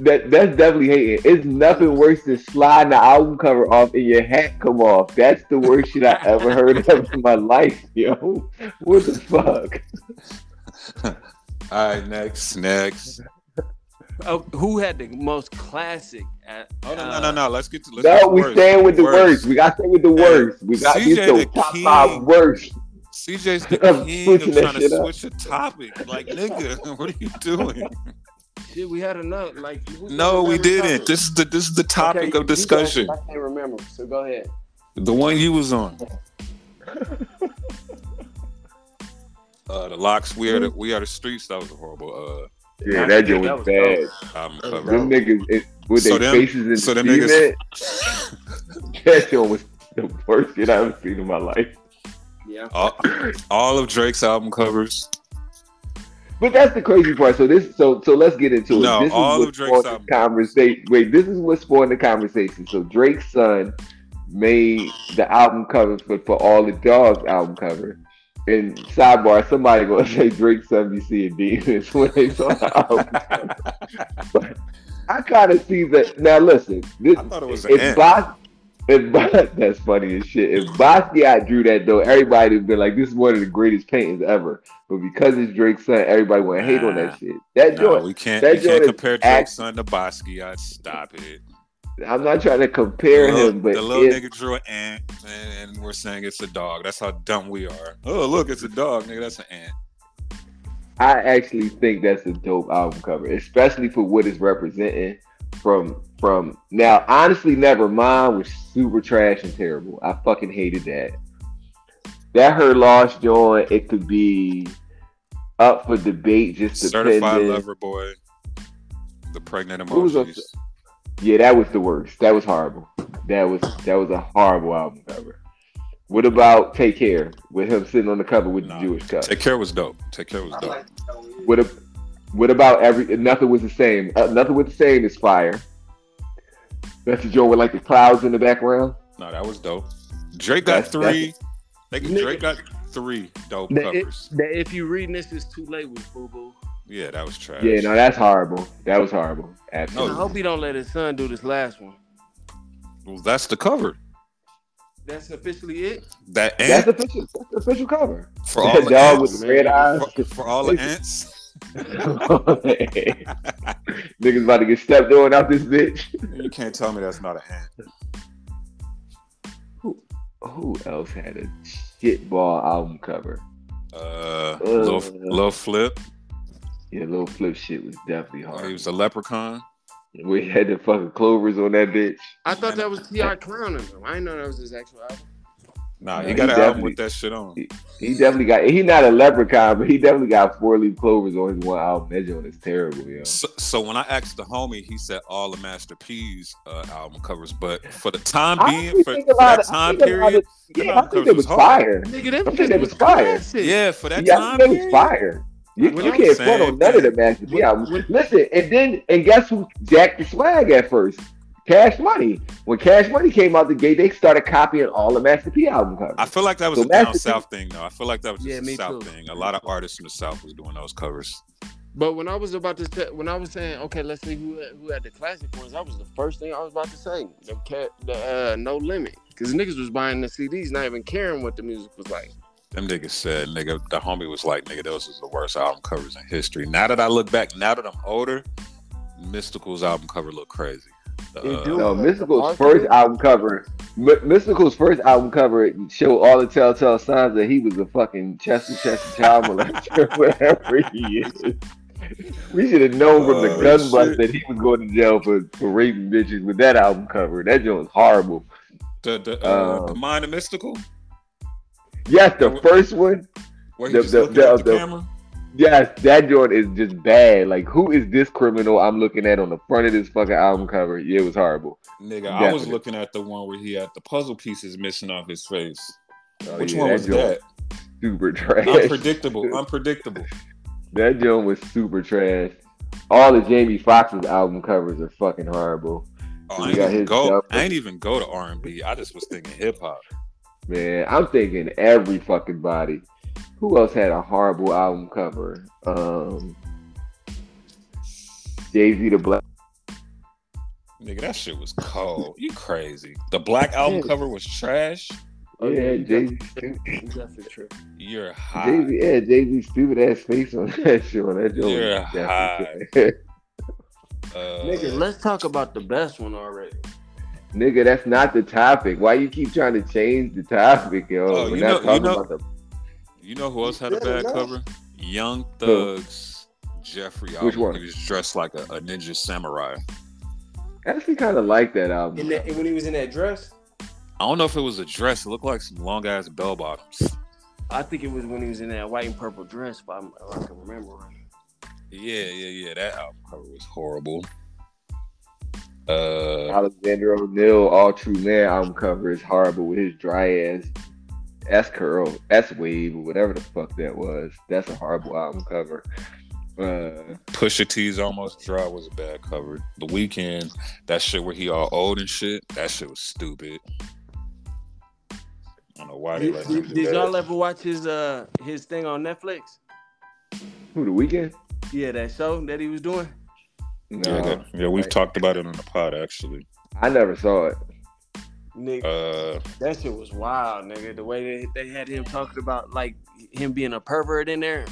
B: That that's definitely hating. It's nothing worse than sliding the album cover off and your hat come off. That's the worst shit I ever heard of in my life, yo. What the fuck?
A: All right, next, next.
C: Oh, who had the most classic? uh,
A: Oh no, no, no, no. Let's get to let's get
B: No,
A: to
B: we
A: worst.
B: stand with the
A: Worst.
B: worst. We got to stay with the worst. We got
A: CJ
B: these the
A: the
B: top
A: king.
B: five worst.
A: CJ's the
B: I'm
A: king of
B: switching that
A: trying to
B: shit up.
A: switch a topic. Like, nigga, what are you doing?
C: Shit, we had enough. Like we-
A: No, we
C: never
A: didn't.
C: covered.
A: This is the this is the topic
C: Okay,
A: of
C: you guys-
A: discussion.
C: I can't remember, so go ahead.
A: The one you was on. uh, the locks. We are the we are the streets. That was a horrible
B: Yeah,
C: that
B: that
C: joint
B: joint
C: That
B: was
C: was
B: bad.
C: bad.
A: uh
C: was
A: album
C: That was
A: cover.
B: Them
C: rough.
B: niggas it, with
A: So
B: their
A: them-
B: faces in
A: so
B: the
A: them
B: cement. That joint was the worst shit I've ever seen in my life.
C: Yeah.
A: All, all of Drake's album covers.
B: But that's the crazy part. So this, so so let's get into it.
A: No,
B: this
A: all
B: is what
A: of Drake's
B: spawned
A: albums.
B: the conversation. Wait, this is what spawned the conversation. So Drake's son made the album cover for, for all the dogs album cover, And sidebar, somebody gonna say Drake seventy C and D this when they saw the album. but I kind of see that now. Listen, this,
A: I thought it was an
B: if
A: end.
B: Bas, if Bas, that's funny as shit. If Basquiat drew that though, everybody would be like, "This is one of the greatest paintings ever." But because it's Drake's son, everybody want to hate on
A: Nah.
B: that shit. That
A: No,
B: joint,
A: we can't.
B: that
A: We can't
B: joint is
A: compare
B: act-
A: Drake's son to Basquiat. Stop it.
B: I'm not trying to compare
A: the little,
B: him, but
A: the little
B: it-
A: nigga drew an ant, and, and we're saying it's a dog. That's how dumb we are. Oh, look, it's a dog, nigga. That's an ant.
B: I actually think that's a dope album cover, especially for what it's representing from from now. Honestly, never mind was super trash and terrible. I fucking hated that. That her lost joint, it could be up for debate. Just
A: Certified
B: depending.
A: lover boy. The pregnant
B: Who's up
A: emotions.
B: Yeah, that was the worst. That was horrible. That was that was a horrible album cover. What about Take Care with him sitting on the cover with
A: Nah.
B: the Jewish cup?
A: Take care was dope. Take care was dope.
B: What a, what about every nothing was the same? Uh, nothing was the same is fire. That's the joint with like the clouds in the background.
A: No, that was dope. Drake got
B: That's-
A: three. They,
C: Nigga.
A: Drake got three dope
C: That it-
A: covers.
C: That if you reading this, it's too late with Boo Boo.
A: yeah, that was trash.
B: Yeah, no, that's horrible. That was horrible.
A: Oh.
C: I
B: Absolutely.
C: hope he don't let his son do this last one.
A: Well, that's the cover.
C: That's officially it.
A: That
B: that's
A: ant
B: official. That's the official cover.
A: for all
B: that
A: the
B: dog
A: ants.
B: with the red eyes.
A: For, for all the ants.
B: Niggas about to get stepped on out this bitch.
A: You can't tell me that's not an ant.
B: Who else had a shitball album cover?
A: Uh,
B: Uh.
A: little, little flip.
B: Yeah, little flip shit was definitely
A: Oh, He
B: hard.
A: was a leprechaun.
B: We had the fucking clovers on that bitch.
C: I thought that was T.I. clowning him. I didn't know that was his actual album.
A: Nah,
B: No,
A: he got
B: he
A: an album
B: definitely-
A: with that shit on.
B: He definitely got. He not a leprechaun, but he definitely got four leaf clovers on his one album. That joint is terrible, yo.
A: So, so when I asked the homie, he said all the Master P's uh, album covers, but for the time
B: I
A: being,
B: actually
A: for,
B: think
A: for
B: a lot
A: that
B: of- I
A: time
B: think a lot
A: period,
B: of- Yeah, I
A: album
B: think
A: covers
B: it
A: was
B: was
A: hard.
B: fire.
C: Nigga, that
B: I think that was fire.
A: yeah, for that
B: Yeah, I
A: time
B: think it
A: period,
B: was fire. You,
A: When
B: you
A: I'm
B: can't front
A: saying
B: on none of the
A: that-
B: Master P
C: when-
B: albums.
C: when-
B: Listen, and then and guess who jacked the swag at first? Cash Money. When Cash Money came out the gate, they started copying all the Master P album covers.
A: I feel like that was
B: So
A: a down
B: Master P-
A: south thing, though. I feel like that was just
C: Yeah,
A: a
C: me
A: south
C: too.
A: thing. A lot of artists in the south was doing those covers.
C: But when I was about to say, when I was saying, okay, let's see who had- who had the classic ones, that was the first thing I was about to say. The, ca- the uh, No Limit, because niggas was buying the CDs, not even caring what the music was like.
A: Them niggas said, nigga, the homie was like, nigga, those is the worst album covers in history. Now that I look back, now that I'm older, Mystical's album cover look crazy. Uh,
C: do.
B: No, Mystical's
C: Arthur?
B: first album cover. M- Mystical's first album cover showed all the telltale signs that he was a fucking Chester Chester child molester, whatever he is. We should have known from the
A: Oh,
B: gun bust
A: shit.
B: that he was going to jail for, for raping bitches with that album cover. That joint was horrible.
A: the, the, uh,
B: Um,
A: the Mind of Mystical,
B: Yes, the first one.
A: where he
B: the-
A: was
B: the-
A: looking
B: the-
A: at the,
B: the-
A: camera.
B: Yes, that joint is just bad. Like, who is this criminal I'm looking at on the front of this fucking album cover? Yeah, it was horrible.
A: Nigga, I
B: Yeah.
A: was looking at the one where he had the puzzle pieces missing off his face.
B: Oh,
A: Which
B: yeah,
A: one was
B: joint
A: that?
B: Super trash.
A: Unpredictable. Unpredictable.
B: That joint was super trash. All the Jamie Foxx's album covers are fucking horrible.
A: Oh,
B: We
A: I ain't
B: got
A: even
B: his
A: go.
B: double.
A: I ain't even go to R and B. I just was thinking hip hop.
B: Man, I'm thinking every fucking body. Who else had a horrible album cover? Um Jay Z the Black.
A: Nigga, that shit was cold. You crazy? The black album
B: Yeah.
A: cover was trash.
C: Oh, yeah,
B: yeah,
C: you
B: Jay Z.
C: That's the truth.
A: You're
B: Jay
A: high.
B: Z, yeah, Jay Z stupid ass face on that shit. On that joint.
A: You're
B: was definitely
A: high.
B: trash.
A: Uh,
C: Nigga, let's talk about the best one already.
B: Nigga, that's not the topic. Why you keep trying to change the topic, yo?
A: Oh,
B: We're
A: you
B: not
A: know- you
B: talking
A: know-
B: about the
A: you know who else had a
C: Yeah,
A: bad
C: no.
A: cover? Young Thugs. Jeffrey.
B: Which
A: Allen.
B: one?
A: He was dressed like a, a ninja samurai.
B: I actually kinda like that album.
C: And, that, and when he was in that dress,
A: I don't know if it was a dress. It looked like some long ass bell bottoms.
C: I think it was when he was in that white and purple dress, if, I'm, if I can remember right.
A: Yeah, yeah, yeah. That album cover was horrible. Uh,
B: Alexander O'Neal, All True Man album cover is horrible with his dry ass S curl, S wave, or whatever the fuck that was. That's a horrible album cover. Uh,
A: Pusha T's almost dry was a bad cover. The weekend, that shit where he all old and shit, that shit was stupid. I don't know why they
C: Did,
A: let him
C: did-
A: do
C: did
A: that.
C: y'all ever watch his uh his thing on Netflix?
B: Who the weekend?
C: Yeah, that show that he was doing.
B: No,
A: yeah, that- yeah, we've talked about it on the pod actually.
B: I never saw it.
C: Nigga,
A: Uh,
C: that shit was wild, nigga. The way they, they had him talking about like him being a pervert in there.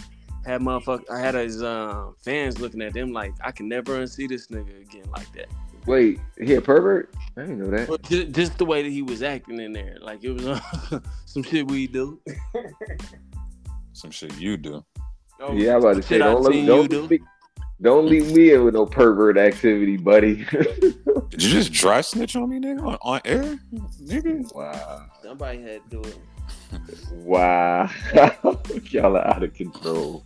C: Had motherfucker, I had his um, fans looking at them like, I can never unsee this nigga again like that.
B: Wait, he a pervert? I didn't know that.
C: But just, just the way that he was acting in there, like it was uh, some shit we do.
A: some shit you do.
C: Oh,
B: yeah, I'm about to say
C: shit I
B: don't let
C: seen
B: me,
C: you
B: don't,
C: do.
B: leave- don't leave me in with no pervert activity, buddy.
A: Did you just dry snitch on me, nigga, on, on air, nigga?
B: wow,
C: Oh, Somebody had to do it.
B: wow, y'all are out of control.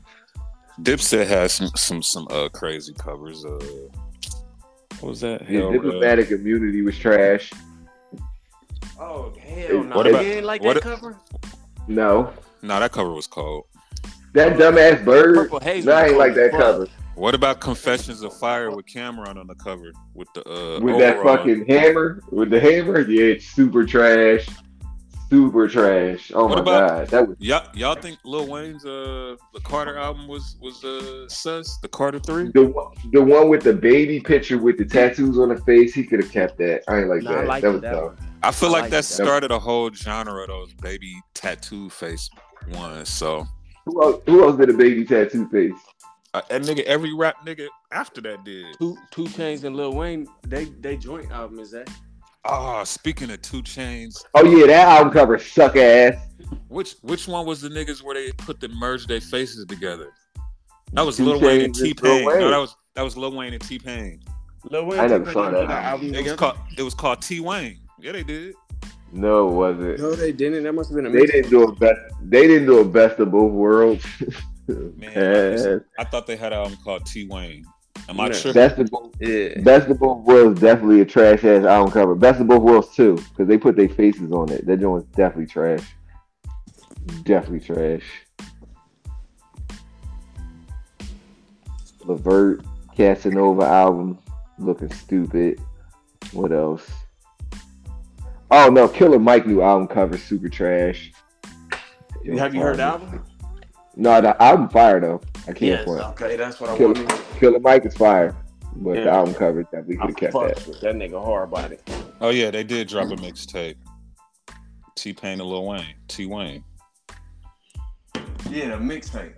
A: Dipset has some some some uh crazy covers. Uh, what was that?
B: His
A: Hell, uh,
B: diplomatic immunity was trash.
C: Oh hell no!
A: What
C: you
A: about-
C: ain't like
A: what-
C: that cover?
B: No,
A: nah, that cover was cold.
B: that dumbass bird.
C: Purple Haze
B: No, I
C: was
B: ain't like
C: cool
B: that
C: as fuck.
B: cover
A: What about Confessions of Fire with Cameron on the cover with the uh
B: with that
A: overall?
B: fucking hammer. With the hammer, yeah, it's super trash, super trash. Oh
A: What
B: my
A: about-
B: god, that was
A: Y'all, y'all think Lil Wayne's uh the Carter album was was uh sus the Carter three?
B: the one- the one with the baby picture with the tattoos on the face. He could have kept that. I ain't like
C: Nah,
B: that.
C: I like
B: that was
C: that
B: dumb.
C: one.
A: I feel
C: I
A: like
C: like
A: that
C: that.
A: started a whole genre of those baby tattoo face ones. So
B: Who else, who else did a baby tattoo face?
A: uh, that nigga, every rap nigga after that did.
C: Two Two Chains and Lil Wayne, they they joint album is that?
A: Ah, speaking of Two Chains,
B: Oh yeah, that album cover suck ass.
A: which which one was the niggas where they put the merge their faces together? That was
B: Two
A: Lil Wayne and
B: Chains and
A: T Pain.
B: Lil Wayne.
A: No, that was that was Lil Wayne and T Pain.
C: Lil Wayne.
B: I never
C: T-Pain,
B: saw
C: they
B: that
C: put out
B: album.
C: albums
A: It was
C: together?
A: called it was called T Wayne. Yeah, they did.
B: No, was it?
C: No, they didn't. That must have been a
B: They didn't do a best. They didn't do a best of both worlds.
A: Man,
B: Ass.
A: I thought they had an album called T Wayne. Am I
C: No.
A: tripping?
B: Best of both.
C: Yeah.
B: Best of both worlds definitely a trash ass album cover. Best of both worlds too, because they put their faces on it. That joint was definitely trash. Definitely trash. Levert Casanova album looking stupid. What else? Oh no, Killer Mike new album cover super trash. It was
C: Have you heard the
B: fire.
C: album?
B: No, the album fire though. I can't front.
C: Okay, that's what I
B: Kill-
C: wanted.
B: Killer Mike is fire, but the
C: Yeah.
B: album cover definitely could
C: I
B: have kept that.
C: fucked with that nigga hard body.
A: Oh yeah, they did drop a mixtape. T Pain and Lil Wayne. T Wayne.
C: Yeah, the mixtape.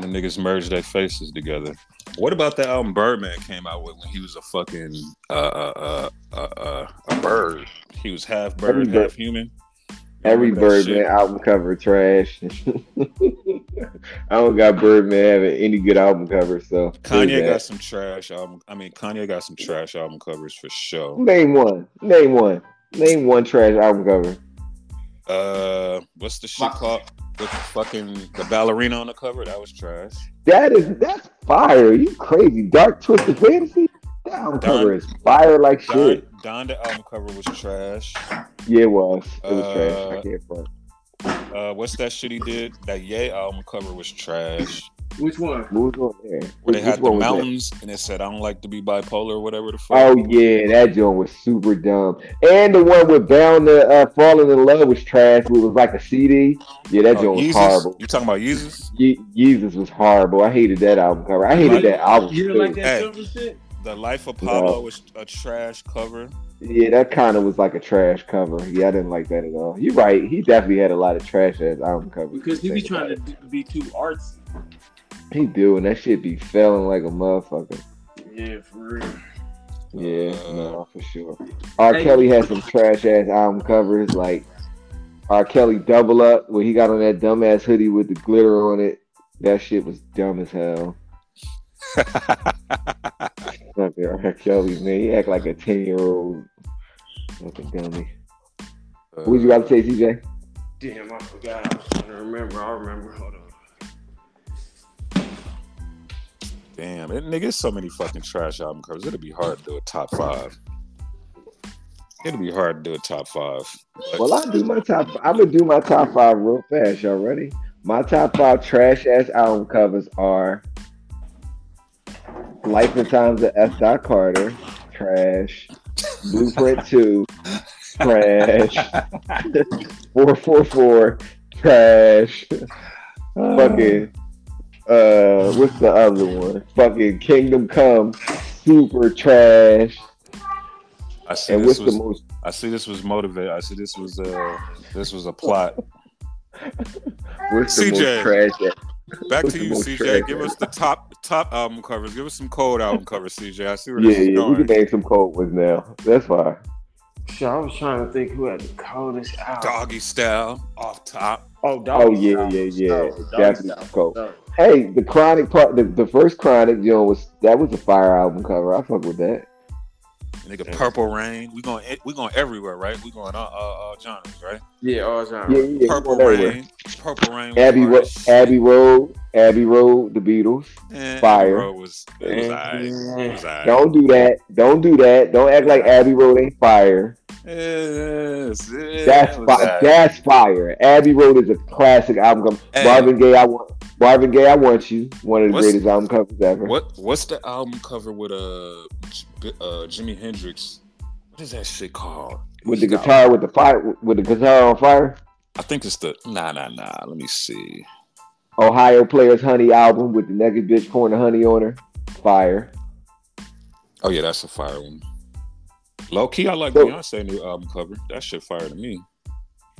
A: The niggas merged their faces together. What about that album Birdman came out with when he was a fucking uh uh uh, uh, uh a bird? He was half bird,
B: Every
A: half
B: bird-
A: human.
B: Every
A: Remember that
B: Birdman
A: shit?
B: album cover trash. I don't got Birdman having any good album cover, so
A: Kanye got
B: there's
A: some trash album. I mean, Kanye got some trash album covers for
B: that.
A: sure.
B: name one, name one, name one trash album cover.
A: Uh, what's the shit
C: Fuck.
A: called? With the fucking the ballerina on the cover, that was trash.
B: That is that's fire. You crazy dark twisted fantasy. That album
A: Darn.
B: cover is fire like
A: Don,
B: shit.
A: Donda album cover was trash.
B: Yeah, it was. It was
A: Uh,
B: trash. I can't front.
A: Uh, what's that shit he did? That Ye album cover was trash.
C: Which one?
B: What was on there?
A: Where
B: Which-
A: they
B: which
A: had the
B: one was that?
A: mountains and it said, I don't like to be bipolar or whatever the fuck.
B: Oh yeah, that joint was super dumb. And the one with Bound to uh, Falling in Love was trash. It was like a CD. Yeah,
C: Oh,
B: that joint was
A: Oh, Yeezus?
B: horrible.
A: You talking about Yeezus?
B: Ye- Jesus was horrible. I hated that album cover. I hated
A: Like-
B: that album.
C: You
B: too.
C: didn't like
A: Hey.
C: that silver shit?
A: The Life of Pablo
B: No.
A: was a trash cover.
B: Yeah, that kind of was like a trash cover. Yeah, I didn't like that at all. You're right. He definitely had a lot of trash ass album covers.
C: Because he be
B: Think
C: trying
B: about
C: to d- be too artsy.
B: it. He do, and that shit be failing like a motherfucker.
C: Yeah, for real.
B: Yeah,
A: Uh.
B: no, for sure. R.
C: Hey.
B: Kelly had some trash ass album covers, like R. Kelly Double Up, when he got on that dumbass hoodie with the glitter on it. That shit was dumb as hell. Fucking R. Kelly, man, he act like a ten year old fucking dummy.
A: Uh,
B: Who'd you got to say, CJ?
C: Damn, I forgot. I was trying to remember. I remember. Hold on.
A: Damn, it, nigga, it's so many fucking trash album covers. It'll be hard to do a top five. It'll be hard to do a top five. But
B: Well, I'll do my top. I'm gonna do my top five real fast. Y'all ready? My top five trash ass album covers are "Life and Times of F. Dot Carter," trash. Blueprint Two, trash. four four four trash. Fucking uh, what's the other one? Fucking Kingdom Come, super trash.
A: I see
B: And
A: this
B: what's the
A: was.
B: most?
A: I see this was motivated. I see this was. Uh, this was a plot.
B: What's the
A: CJ.
B: most trash? At?
A: Back
B: What's
A: to
B: the
A: you,
B: most
A: CJ.
B: trash
A: Give
B: album?
A: us the top top album covers. Give us some cold album covers, CJ. I see where
B: Yeah,
A: this is
B: yeah, we
A: going.
B: can name some cold ones now. That's fine.
C: Shit, I was trying to think who had the coldest out.
A: Doggy style, off top.
C: Oh, dog.
B: Oh yeah, yeah, yeah.
C: Dog
B: Definitely
C: style.
B: some cold.
C: Dog.
B: Hey, the Chronic part, the, the first Chronic, you know, was that was a fire album cover. I fuck with that.
A: Nigga, purple rain. We going we going everywhere, right? We going all, all, all genres, right?
C: Yeah, all time.
B: Yeah, yeah,
A: Purple
B: we went everywhere.
A: rain. Purple rain. was
B: Abbey,
A: hard
B: Ro-
A: as shit.
B: Abbey Road, Abbey Road, the Beatles.
A: Eh,
B: Fire.
A: Abbey Road was it was alright. It was alright.
B: Don't do that. Don't do that. Don't act like Abbey Road ain't fire.
A: Yes, yes,
B: That's
A: it was
B: fi-
A: alright.
B: that's fire. Abbey Road is a classic album cover.
A: Hey.
B: Marvin Gaye, I want Marvin Gaye, I want you. One of the
A: What's-
B: greatest album covers ever.
A: What what's the album cover with uh, J- uh Jimi Hendrix? What is that shit called?
B: With the
A: He got-
B: guitar, with the fire, with the guitar on fire.
A: I think it's the nah nah nah. Let me see.
B: Ohio Players Honey album with the naked bitch pouring the honey on her. Fire.
A: Oh yeah, that's a fire one. Low key, I like
B: So-
A: Beyonce new album cover. That shit fire to me.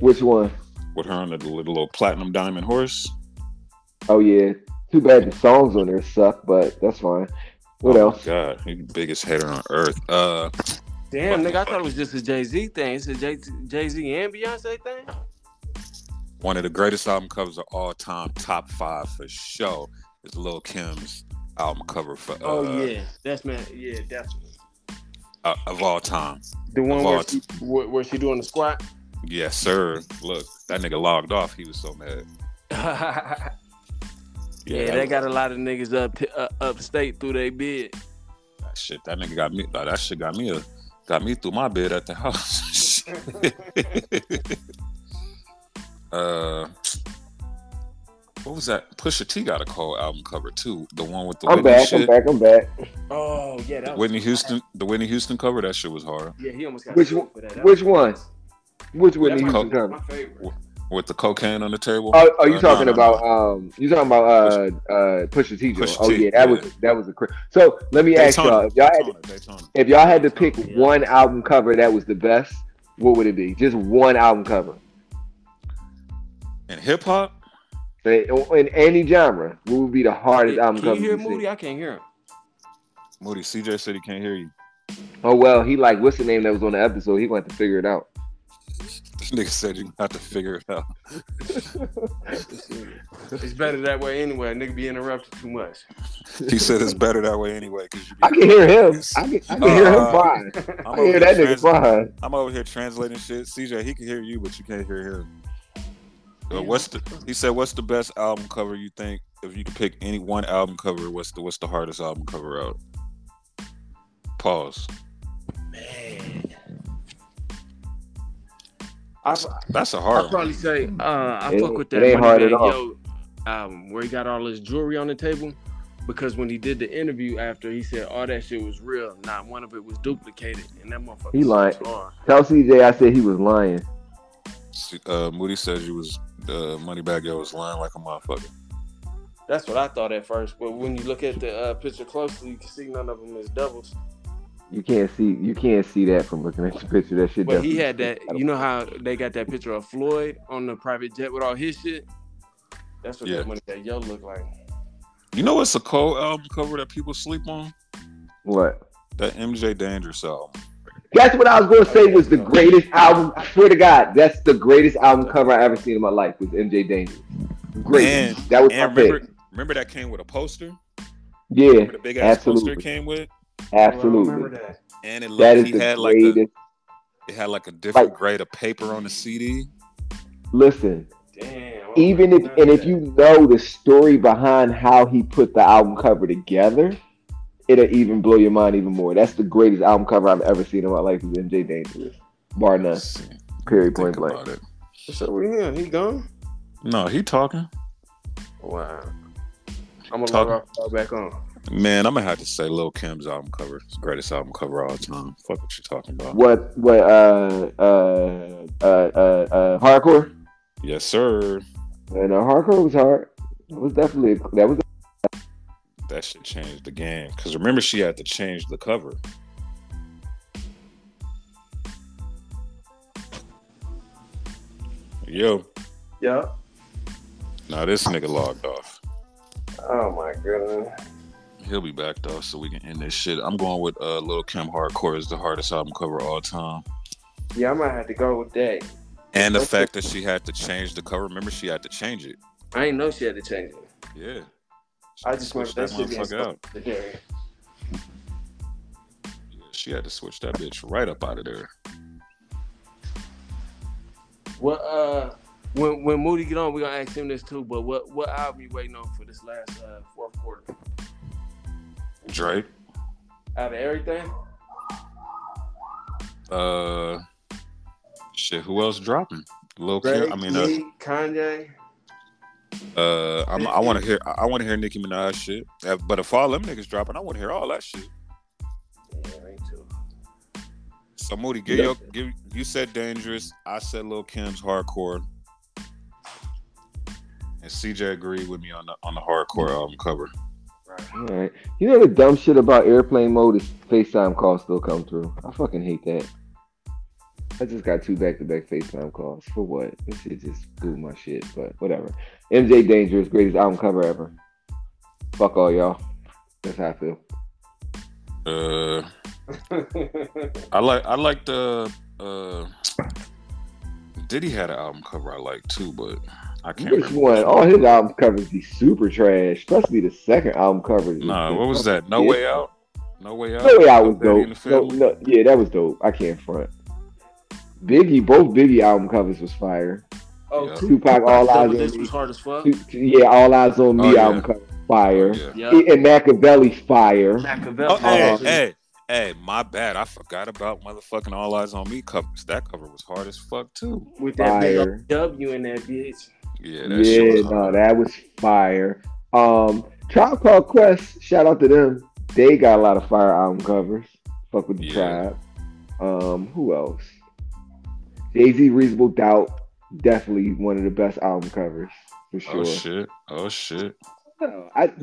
B: Which one?
A: With her on the little, little platinum diamond horse.
B: Oh yeah. Too bad the songs on there suck, but that's fine. What
A: Oh, my
B: else?
A: God, you the biggest hater on earth. Uh,
C: Damn, nigga, I thought it was just a Jay Z thing. It's a Jay Z and Beyonce thing.
A: one of the greatest album covers of all time, top five for sure. Is Lil Kim's album cover for uh,
C: oh yeah, that's man. Yeah, definitely.
A: uh, of all time.
C: The one where
A: Vault.
C: she, where, where she doing the squat.
A: Yes, sir. Look, that nigga logged off. He was so mad.
C: yeah,
A: that,
C: they got a lot of niggas up uh, upstate through their bid.
A: that shit. That nigga got me. Like, that shit got me. A, got me through my bed at the house. uh, what was that? Pusha T got a cold album cover too. The one with the
B: I'm
A: Whitney
B: back,
A: shit.
B: I'm back, I'm back.
C: Oh yeah, that was,
A: Whitney Houston. The Whitney Houston cover. That shit was hard.
C: Yeah, he almost got
B: Which
C: killed
B: one-
C: for that.
B: Which one? Which
C: That's
B: Whitney
C: my-
B: Houston cover?
C: My favorite.
A: With the cocaine on the table.
B: Oh, oh, you
A: Uh,
B: talking
A: no, no,
B: about um? You talking about uh, uh, Pusha T? joint.
A: Pusha
B: Oh
A: T,
B: yeah, that
A: yeah.
B: was that was a cra So let me ask
A: Daytona,
B: y'all if y'all had
A: Daytona, Daytona.
B: if y'all had to pick
C: Yeah.
B: one album cover that was the best, what would it be? Just one album cover
A: And hip hop.
B: Say, in any genre. What would be the hardest album
C: Can
B: cover?
C: you hear
B: you seen?
C: Moody? I can't hear him.
A: Moody CJ said he can't hear you.
B: Oh well, he like what's the name that was on the episode? He went to figure it out.
A: Nigga said you have to figure it out.
C: It's better that way anyway. Nigga be interrupted too much.
A: He said it's better that way anyway. Cause you be-
B: I can hear him. I can, I can hear him
A: Uh,
B: fine. I
A: I'm
B: can hear
A: over,
B: that
A: here
B: nigga
A: trans-
B: fine.
A: I'm over here translating shit. CJ, he can hear you, but you can't hear him. Uh, what's the? He said, "What's the best album cover you think? If you could pick any one album cover, what's the what's the hardest album cover out?" Pause.
C: Man. I,
A: That's a
C: I'd
A: hard one.
C: probably say uh, I
B: It-
C: fuck with
B: it
C: that
B: ain't
C: Money
B: hard
C: Man
B: at all.
C: Yo album where he got all his jewelry on the table because when he did the interview after he said all that shit was real, not one of it was duplicated, and that motherfucker
B: He lied.
C: was hard.
B: Tell CJ I said he was lying.
A: Uh, Moody said you was uh, Moneybag Yo was lying like a motherfucker.
C: That's what I thought at first, but when you look at the uh, picture closely, you can see none of them is doubles.
B: You can't see you can't see that from looking at the picture. That shit.
C: But he
B: definitely-
C: had that. You know how they got that picture of Floyd on the private jet with all his shit. That's what
A: Yeah.
C: that money that yo look like.
A: You know what's a cold album cover that people sleep on?
B: what?
A: That MJ Dangerous album.
B: That's what I was gonna say was the greatest album. I swear to God, that's the greatest album cover I ever seen in my life was MJ Dangerous. Great.
A: And-
B: that was my
A: And remember,
B: pick.
A: remember that came with a poster.
B: Yeah,
A: Remember the big ass poster it
B: absolutely.
A: came with,
B: absolutely.
C: that.
A: and it
B: That
A: looked,
B: is
A: he
B: the
A: had like the,
B: greatest.
A: it had like a different
B: Like-
A: grade of paper on the CD.
B: Listen,
C: Damn.
B: even if and if you know the story behind how he put the album cover together, it'll even blow your mind even more. That's the greatest album cover I've ever seen in my life is MJ Dangerous, bar none.
A: Let's see.
B: Period. Point
A: Think
B: blank.
A: about it.
C: So what do you mean? He gone?
A: No, he talking.
C: Wow. I'm gonna
A: Talk-
C: log off. log back on.
A: Man, I'm gonna have to say Lil Kim's album cover. It's the greatest album cover of all time. Fuck what you talking about.
B: What what uh uh uh, uh, uh, hardcore,
A: Yes, sir.
B: and uh, hardcore was hard. It was definitely that was
A: That shit changed the game. Cause remember, she had to change the cover. Yo,
B: yeah.
A: now this nigga logged off.
B: Oh my goodness.
A: He'll be back though, so we can end this shit. I'm going with uh, Lil Kim Hardcore is the hardest album cover of all time.
B: Yeah, I might have to go with that.
A: And the fact that she had to change the cover. Remember, she had to change it.
C: I ain't know she had to change it.
A: Yeah. She
B: I just want
A: switched
B: that shit being
A: motherfucker out.
B: Legendary.
A: Yeah, she had to switch that bitch right up out of there.
C: What uh when when Moody get on, we gonna ask him this too, but what what album you waiting on for this last uh fourth quarter?
A: Dre.
C: Out of everything?
A: Uh, shit. Who else dropping? Lil
C: Drake,
A: Kim. I mean, uh,
C: Ye, Kanye.
A: uh I'm, I want to hear. I want to hear Nicki Minaj shit. Uh, But if all them niggas dropping, I want to hear all that shit.
C: Yeah, me too.
A: So Moody, give your give. You said dangerous. I said Lil Kim's hardcore. And CJ agreed with me on the on the hardcore album cover.
B: All right. You know the dumb shit about airplane mode is FaceTime calls still come through. I fucking hate that. I just got two back to back FaceTime calls. For what? This shit just blew my shit, but whatever. MJ Dangerous, greatest album cover ever. Fuck all y'all. That's how I feel.
A: Uh, I like I like the uh Diddy had an album cover I like too, but I can't
B: Which
A: remember.
B: one? All his album covers be super trash, especially the second album cover.
A: Nah, what was that? No
B: Yeah.
A: way out. No way out.
B: No way I was
A: Daddy and the
B: dope. No,
A: Family?
B: no, yeah, that was dope. I can't front. Biggie, both Biggie album covers was fire.
C: oh,
A: Yeah.
C: Tupac,
B: Tupac, all eyes
C: this
B: on me.
C: was hard as fuck.
B: Tu- Tu- Yeah, all eyes on me
A: Oh, yeah. Oh,
B: album cover fire. E,
A: Yeah.
C: Yeah.
B: And Machiavelli fire.
C: Machiavelli.
A: Oh, hey,
B: Uh-huh.
A: hey, hey, my bad. I forgot about motherfucking All Eyes on Me covers. That cover was hard as fuck too.
C: With that big
B: Fire.
C: old W in that bitch.
A: Yeah,
B: Yeah,
A: that shit was
B: no,
A: hard.
B: that was fire. Um, Tribe Called Quest, shout out to them. They got a lot of fire album covers. Fuck with the
A: Yeah.
B: tribe. Um, who else? Jay Z, Reasonable Doubt, definitely one of the best album covers for sure.
A: Oh shit. Oh shit.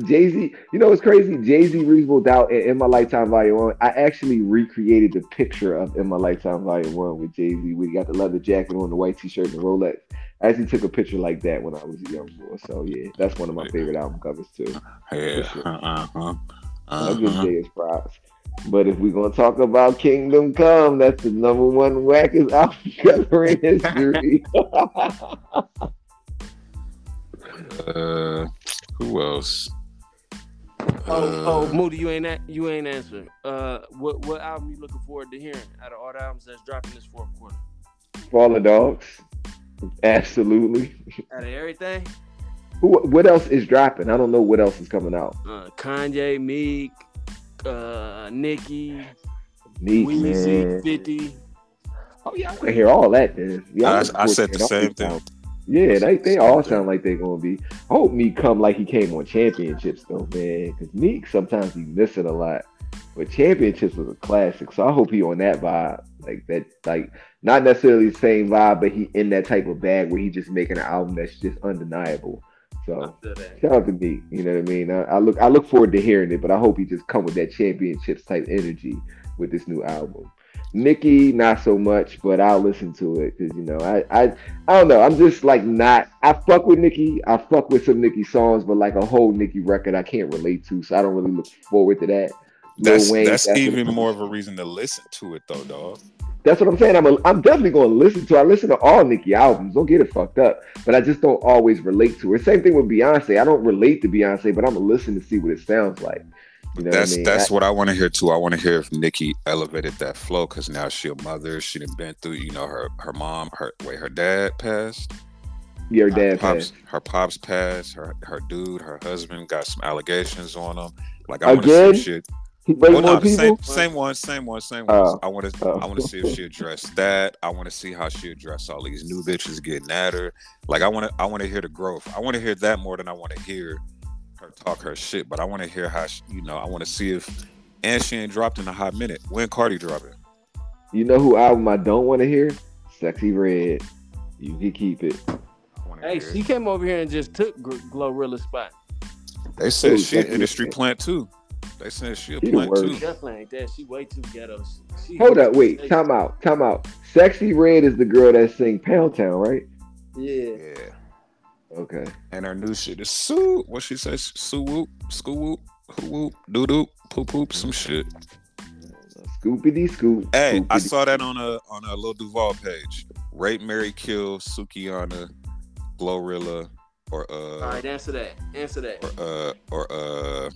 B: Jay Z, you know what's crazy? Jay Z, Reasonable Doubt, and In My Lifetime Volume One. I actually recreated the picture of In My Lifetime Volume One with Jay Z. We got the leather jacket on, the white T-shirt, and the Rolex. I actually took a picture like that when I was a young boy. So yeah, that's one of my favorite album covers too.
A: Yeah.
B: shit.
A: Uh huh.
B: I'll
A: Uh
B: give
A: huh.
B: Jay his props. But if we're gonna talk about Kingdom Come, that's the number one wackest album cover in history.
A: Uh, who else?
C: Oh,
A: Uh,
C: oh, Moody, you ain't a- you ain't answering. Uh, what what album you looking forward to hearing out of all the albums that's dropping this fourth quarter?
B: Fall of Dogs, absolutely.
C: Out of everything,
B: Who, what else is dropping? I don't know what else is coming out.
C: uh, Kanye, Meek, uh, Nicki,
B: Meek, man.
C: Weezy, Fifty.
B: Oh yeah, I'm gonna hear all that. Then. Yeah,
A: I-
B: I'm gonna
A: I said
B: hear
A: the
B: all
A: same
B: this
A: thing.
B: album. Yeah, they, they all sound like they're gonna be. I hope Meek come like he came on championships though, man. Because Meek sometimes he miss it a lot, but championships was a classic. So I hope he on that vibe, like that, like not necessarily the same vibe, but he in that type of bag where he just making an album that's just undeniable.
C: I
B: So
C: feel that.
B: shout out to Meek, you know what I mean. I, I look I look forward to hearing it, but I hope he just come with that championships type energy with this new album. Nicki, not so much, but I'll listen to it because you know I, I I don't know. I'm just like not. I fuck with Nicki. I fuck with some Nicki songs, but like a whole Nicki record, I can't relate to, so I don't really look forward to that. Lil
A: that's
B: Wayne,
A: that's
B: definitely-
A: even more of a reason to listen to it though, dog.
B: That's what I'm saying. I'm a, I'm definitely going to listen to. I listen to all Nicki albums. Don't get it fucked up, but I just don't always relate to her. Same thing with Beyonce. I don't relate to Beyonce, but I'm gonna listen to see what it sounds like. You know
A: that's
B: what I mean?
A: that's what I want to hear too. I want to hear if Nikki elevated that flow because now she a mother. She done been through, you know, her her mom, her wait, her dad passed,
B: your
A: her
B: dad.
A: pops,
B: passed.
A: her pops passed, her her dude, her husband got some allegations on him. Like I want
B: Again?
A: to see if she.
B: He raped
A: Well, no,
B: more
A: the same
B: people.
A: same one, same one, same one.
B: Oh.
A: I want to
B: Oh.
A: I want to see if she addressed that. I want to see how she addressed all these new bitches getting at her. Like I want to I want to hear the growth. I want to hear that more than I want to hear her talk her shit. But I want to hear how she, you know. I want to see if and she ain't dropped in a hot minute. When Cardi dropping?
B: You know who album I don't want to hear? Sexy red. You can keep it.
A: I wanna
C: Hey,
A: hear
C: she
A: it.
C: came over here and just took Gr- Glorilla's spot.
A: they said
B: Ooh,
A: she an
B: sexy
A: industry
B: red.
A: plant too. They said she a
B: She the
A: plant
B: worst.
A: too.
C: Definitely ain't that. She way too ghetto. She, she-
B: Hold up, wait,
C: Hey,
B: time out, time out. Sexy red is the girl that sing Pound Town, right?
C: Yeah.
A: Yeah.
B: Okay.
A: And her new shit is Sue. What she says? Sue whoop, Scoo whoop, hoo whoop, doo doo, poop poop, some
B: Mm-hmm.
A: shit.
B: Scoopity scoop.
A: Hey, I
B: scoopity-
A: saw that on a on a Lil Duval page. Rape, Mary, Kill, Sukiana, Glorilla, or
C: All
A: uh
C: right, answer that. Answer that.
A: or uh or uh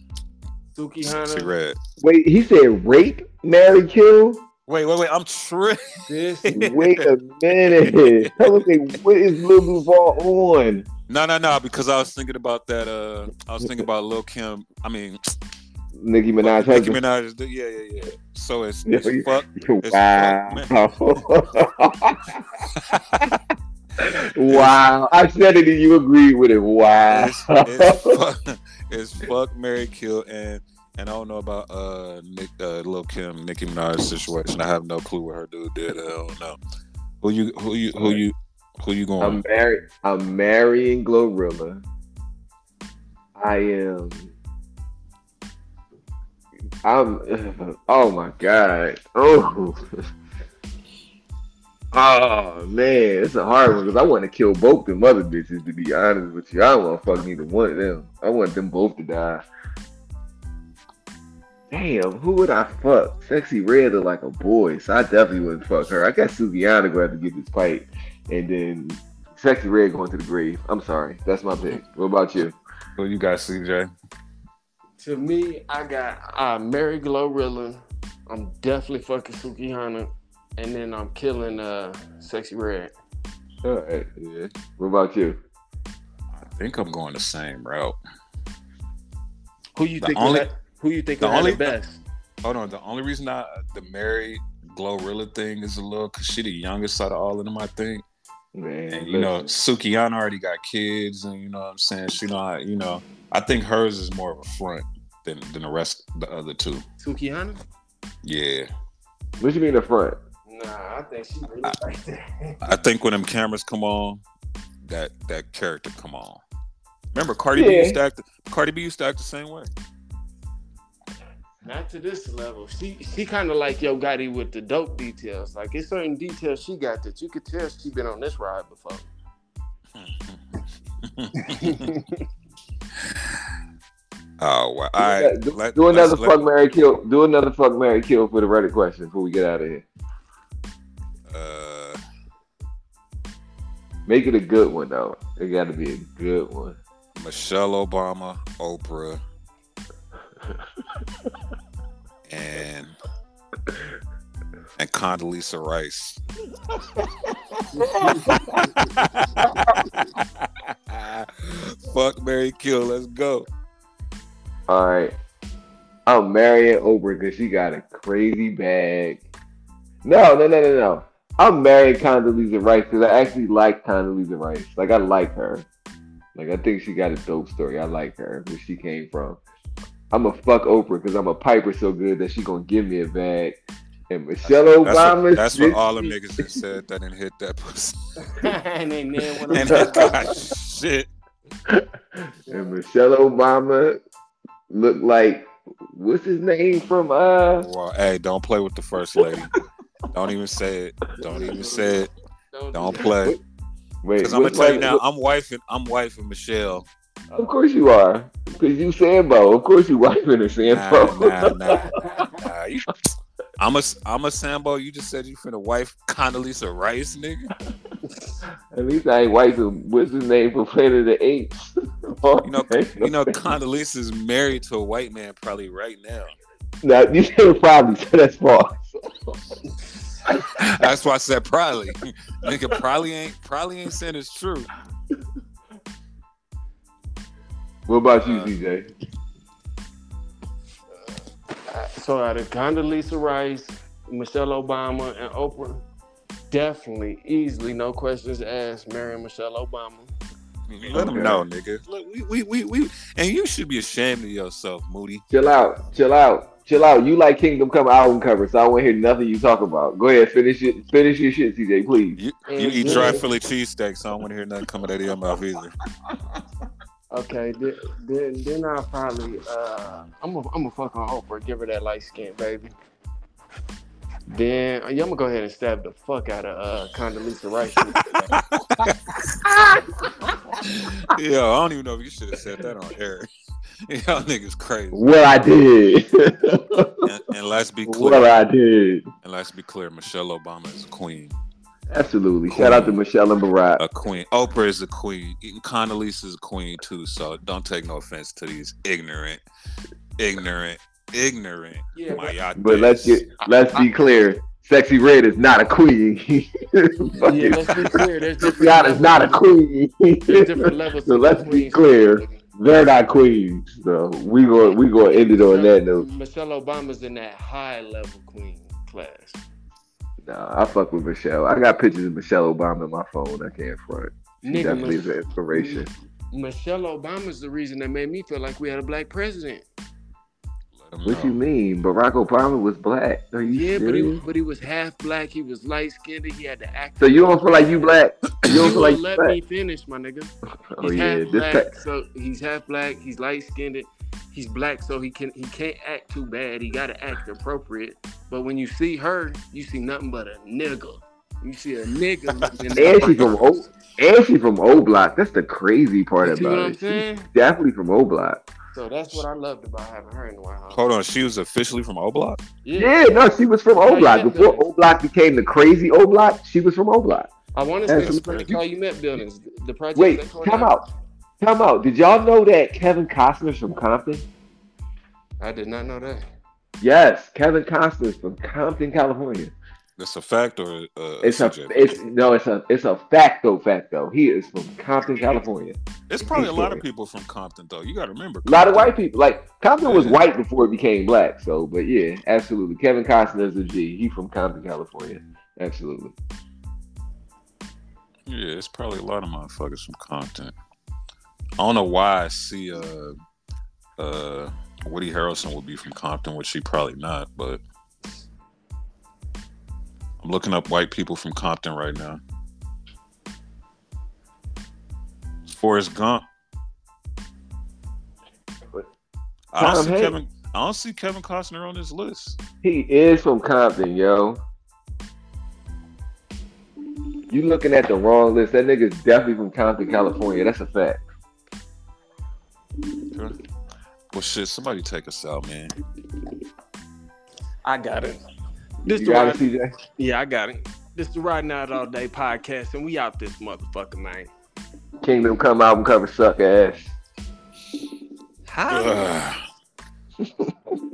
C: Suki
A: Sexy
C: Hana.
A: Red.
B: Wait, he said rape, marry, kill.
A: Wait, wait, wait, I'm tri
C: This
B: Wait a minute. Tell us, like, what is Lil Duval on?
A: No, no, no, because I was thinking about that uh I was thinking about Lil Kim. I mean
B: Nicki Minaj
A: Nicki
B: husband.
A: Minaj yeah, yeah, yeah. So it's,
B: Yeah,
A: it's
B: yeah.
A: fuck Minaj.
B: Wow. wow. I said it and you agreed with it. Wow.
A: it's, it's, fuck, it's fuck Mary Kill and and I don't know about uh Nick uh Lil Kim Nicki Minaj situation. I have no clue what her dude did. I don't know. Who you who you who you who you going?
B: I'm married. I'm marrying Glorilla. I am. I'm. Oh my god. Oh. Oh man, it's a hard one because I want to kill both them other bitches. To be honest with you, I don't want to fuck neither one of them. I want them both to die. Damn, who would I fuck? Sexy Red look like a boy, so I definitely wouldn't fuck her. I got Sugiana going to give this fight and then Sexy Red going to the grave. I'm sorry. That's my pick. What about you?
A: who you got, CJ?
C: To me, I got I marry Glorilla. I'm definitely fucking Suki Hana. And then I'm killing uh Sexy Red.
B: All right. Yeah. What about you?
A: I think I'm going the same route.
C: Who you
A: The
C: think
A: only-
C: will have- who you think
A: the
C: will have
A: only-
C: the best?
A: Hold on. The only reason I the Mary Glorilla thing is a little because she the youngest out of all of them, I think.
B: Man,
A: And you know,
B: listen.
A: Sukiana already got kids, and you know what I'm saying. She not, you know, I think hers is more of a front than than the rest the other two.
C: Suki Hana?
A: Yeah.
B: what you mean the front?
C: Nah, I think she really
A: I-
C: right there.
A: I think when them cameras come on, that that character come on. Remember, Cardi B
B: Yeah.
A: used to act. Cardi B used to act the same way.
C: Not to this level. She she kind of like Yo Gotti with the dope details. Like it's certain details she got that you could tell she been on this ride before.
A: oh wow! All right,
B: do,
A: let-
B: do
A: let's-
B: another
A: let-
B: fuck Mary Kill. Do another fuck Mary Kill for the Reddit questions before we get out of here.
A: uh,
B: Make it a good one though. It gotta be a good one.
A: Michelle Obama, Oprah, and and Condoleezza Rice. Fuck Mary Kill. Let's go.
B: Alright. I'm marrying Oprah because she got a crazy bag. No, no, no, no, no. I'm marrying Condoleezza Rice because I actually like Condoleezza Rice. Like I like her. Like I think she got a dope story. I like her where she came from. I'm a fuck Oprah because I'm a piper so good that she gonna give me a bag. And Michelle
A: That's what,
B: Obama.
A: that's what all them niggas that said that didn't hit that pussy.
C: and then when
A: and it got shit.
B: And Michelle Obama looked like what's his name from uh
A: Well, hey, don't play with the first lady. Don't even say it. Don't even say it. Don't play.
B: wait
A: Because I'm gonna
B: what-
A: tell you now, I'm wife and I'm wife and Michelle.
B: Of course you are. Because you Sambo. Of course you wiping a
A: Nah,
B: Sambo.
A: nah, nah, nah. You, I'm a I'm a Sambo. You just said you finna wife Condoleezza Rice, nigga.
B: At least I ain't wiping what's his name for Planet of the Apes.
A: You know, You know Condoleezza's married to a white man probably right now.
B: Nah, you said probably, so that's false.
A: That's why I said probably. nigga probably ain't probably ain't saying it's true.
B: What about you,
A: Uh,
B: CJ?
C: So out of Condoleezza Rice, Michelle Obama, and Oprah, definitely, easily, no questions asked, marrying Michelle Obama.
A: Let them
B: Okay.
A: know, nigga. Look, we, we, we, we, and you should be ashamed of yourself, Moody.
B: Chill out. Chill out. Chill out. You like Kingdom Come album cover, so I won't hear nothing you talk about. Go ahead, finish it. Finish your shit, CJ, please.
A: You, you eat dry Philly cheesesteak, so I don't want to hear nothing coming out of your mouth either.
C: Okay, then then, then I'll probably uh I'm a, I'm a fuck on Oprah, give her that light skin, baby. Then yeah, I'm gonna go ahead and stab the fuck out of uh Condoleezza Rice.
A: Yo, I don't even know if you should have said that on air. Y'all niggas crazy.
B: Well, I did.
A: And, and let's be
B: well,
A: clear.
B: I did.
A: And let's be clear. Michelle Obama is a queen.
B: Absolutely. Shout out to Michelle and Barack.
A: A queen. Oprah is a queen. Even Condoleezza is a queen too. So don't take no offense to these ignorant, ignorant, ignorant.
C: Yeah, but-
A: myopics.
B: But let's get let's be clear. Sexy Red is not a queen.
C: yeah,
B: Fucking
C: let's be clear. There's different
B: Rihanna is not a
C: levels-
B: queen.
C: There's different levels.
B: So
C: to
B: let's be
C: queens.
B: clear. They're not queens. So we go we gonna end it on that note.
C: Michelle Obama's in that high level queen class.
B: Nah, I fuck with Michelle. I got pictures of Michelle Obama in my phone. I can't front. She
C: Nigga,
B: definitely is
C: Mich-
B: an inspiration.
C: Michelle Obama's the reason that made me feel like we had a black president.
A: Let 'em
B: What
A: know.
B: you mean? Barack Obama was black. Are you
C: Yeah, but he
B: serious?
C: but he was half black. He was light skinned. He had the act.
B: So you don't feel like you black? You
C: You
B: don't feel like
C: won't
B: you
C: let
B: black?
C: me finish, my nigga.
B: Oh
C: He's
B: yeah,
C: half
B: this
C: black,
B: pack.
C: so he's half black. He's light skinned. He's black, so he can he can't act too bad. He gotta act appropriate. But when you see her, you see nothing but a nigga. You see a nigga. looking at
B: And she from
C: her.
B: O. And she from O Block. That's the crazy part
C: You see what
B: about
C: I'm
B: it. She's
C: saying?
B: definitely from O Block.
C: So that's what I loved about having her in the White House.
A: Hold on. She was officially from O Block?
B: Yeah, no, she was from O
C: Oh, Yeah,
B: Block
C: yeah,
B: before
C: yeah.
B: O Block became the crazy O Block. She was from O Block.
C: I want to
B: That's
C: say it's from the
A: crazy.
C: Calumet buildings. The project.
B: Wait, time out, time out. Did y'all know that Kevin Costner's from Compton?
C: I did not know that.
B: Yes, Kevin Costner's from Compton, California.
A: That's a fact or uh,
B: It's a,
A: CJ?
B: it's no, it's a, it's a facto facto. He is from Compton, California.
A: It's probably a lot of people from Compton though. You got to remember.
B: A lot of white people. Like Compton was
A: Yeah.
B: white before it became black. So, but yeah, absolutely. Kevin Costner's a G. He from Compton, California. Absolutely.
A: Yeah, it's probably a lot of motherfuckers from Compton. I don't know why I see uh uh Woody Harrelson would be from Compton, which she probably not, but I'm looking up white people from Compton right now. Forrest Gump. I
B: Tom
A: don't see
B: Hanks.
A: Kevin I don't see Kevin Costner on this list.
B: He is from Compton, yo. You looking at the wrong list. That nigga's definitely from Compton, California. That's a fact.
A: Well shit, somebody take us out, man.
C: I got it. This
B: you
C: the
B: got it,
C: ride,
B: CJ?
C: yeah, I got it. This the Riding Out All Day podcast, and we out this motherfucker, man.
B: Kingdom Come album cover suck ass.
C: How?
A: Ugh.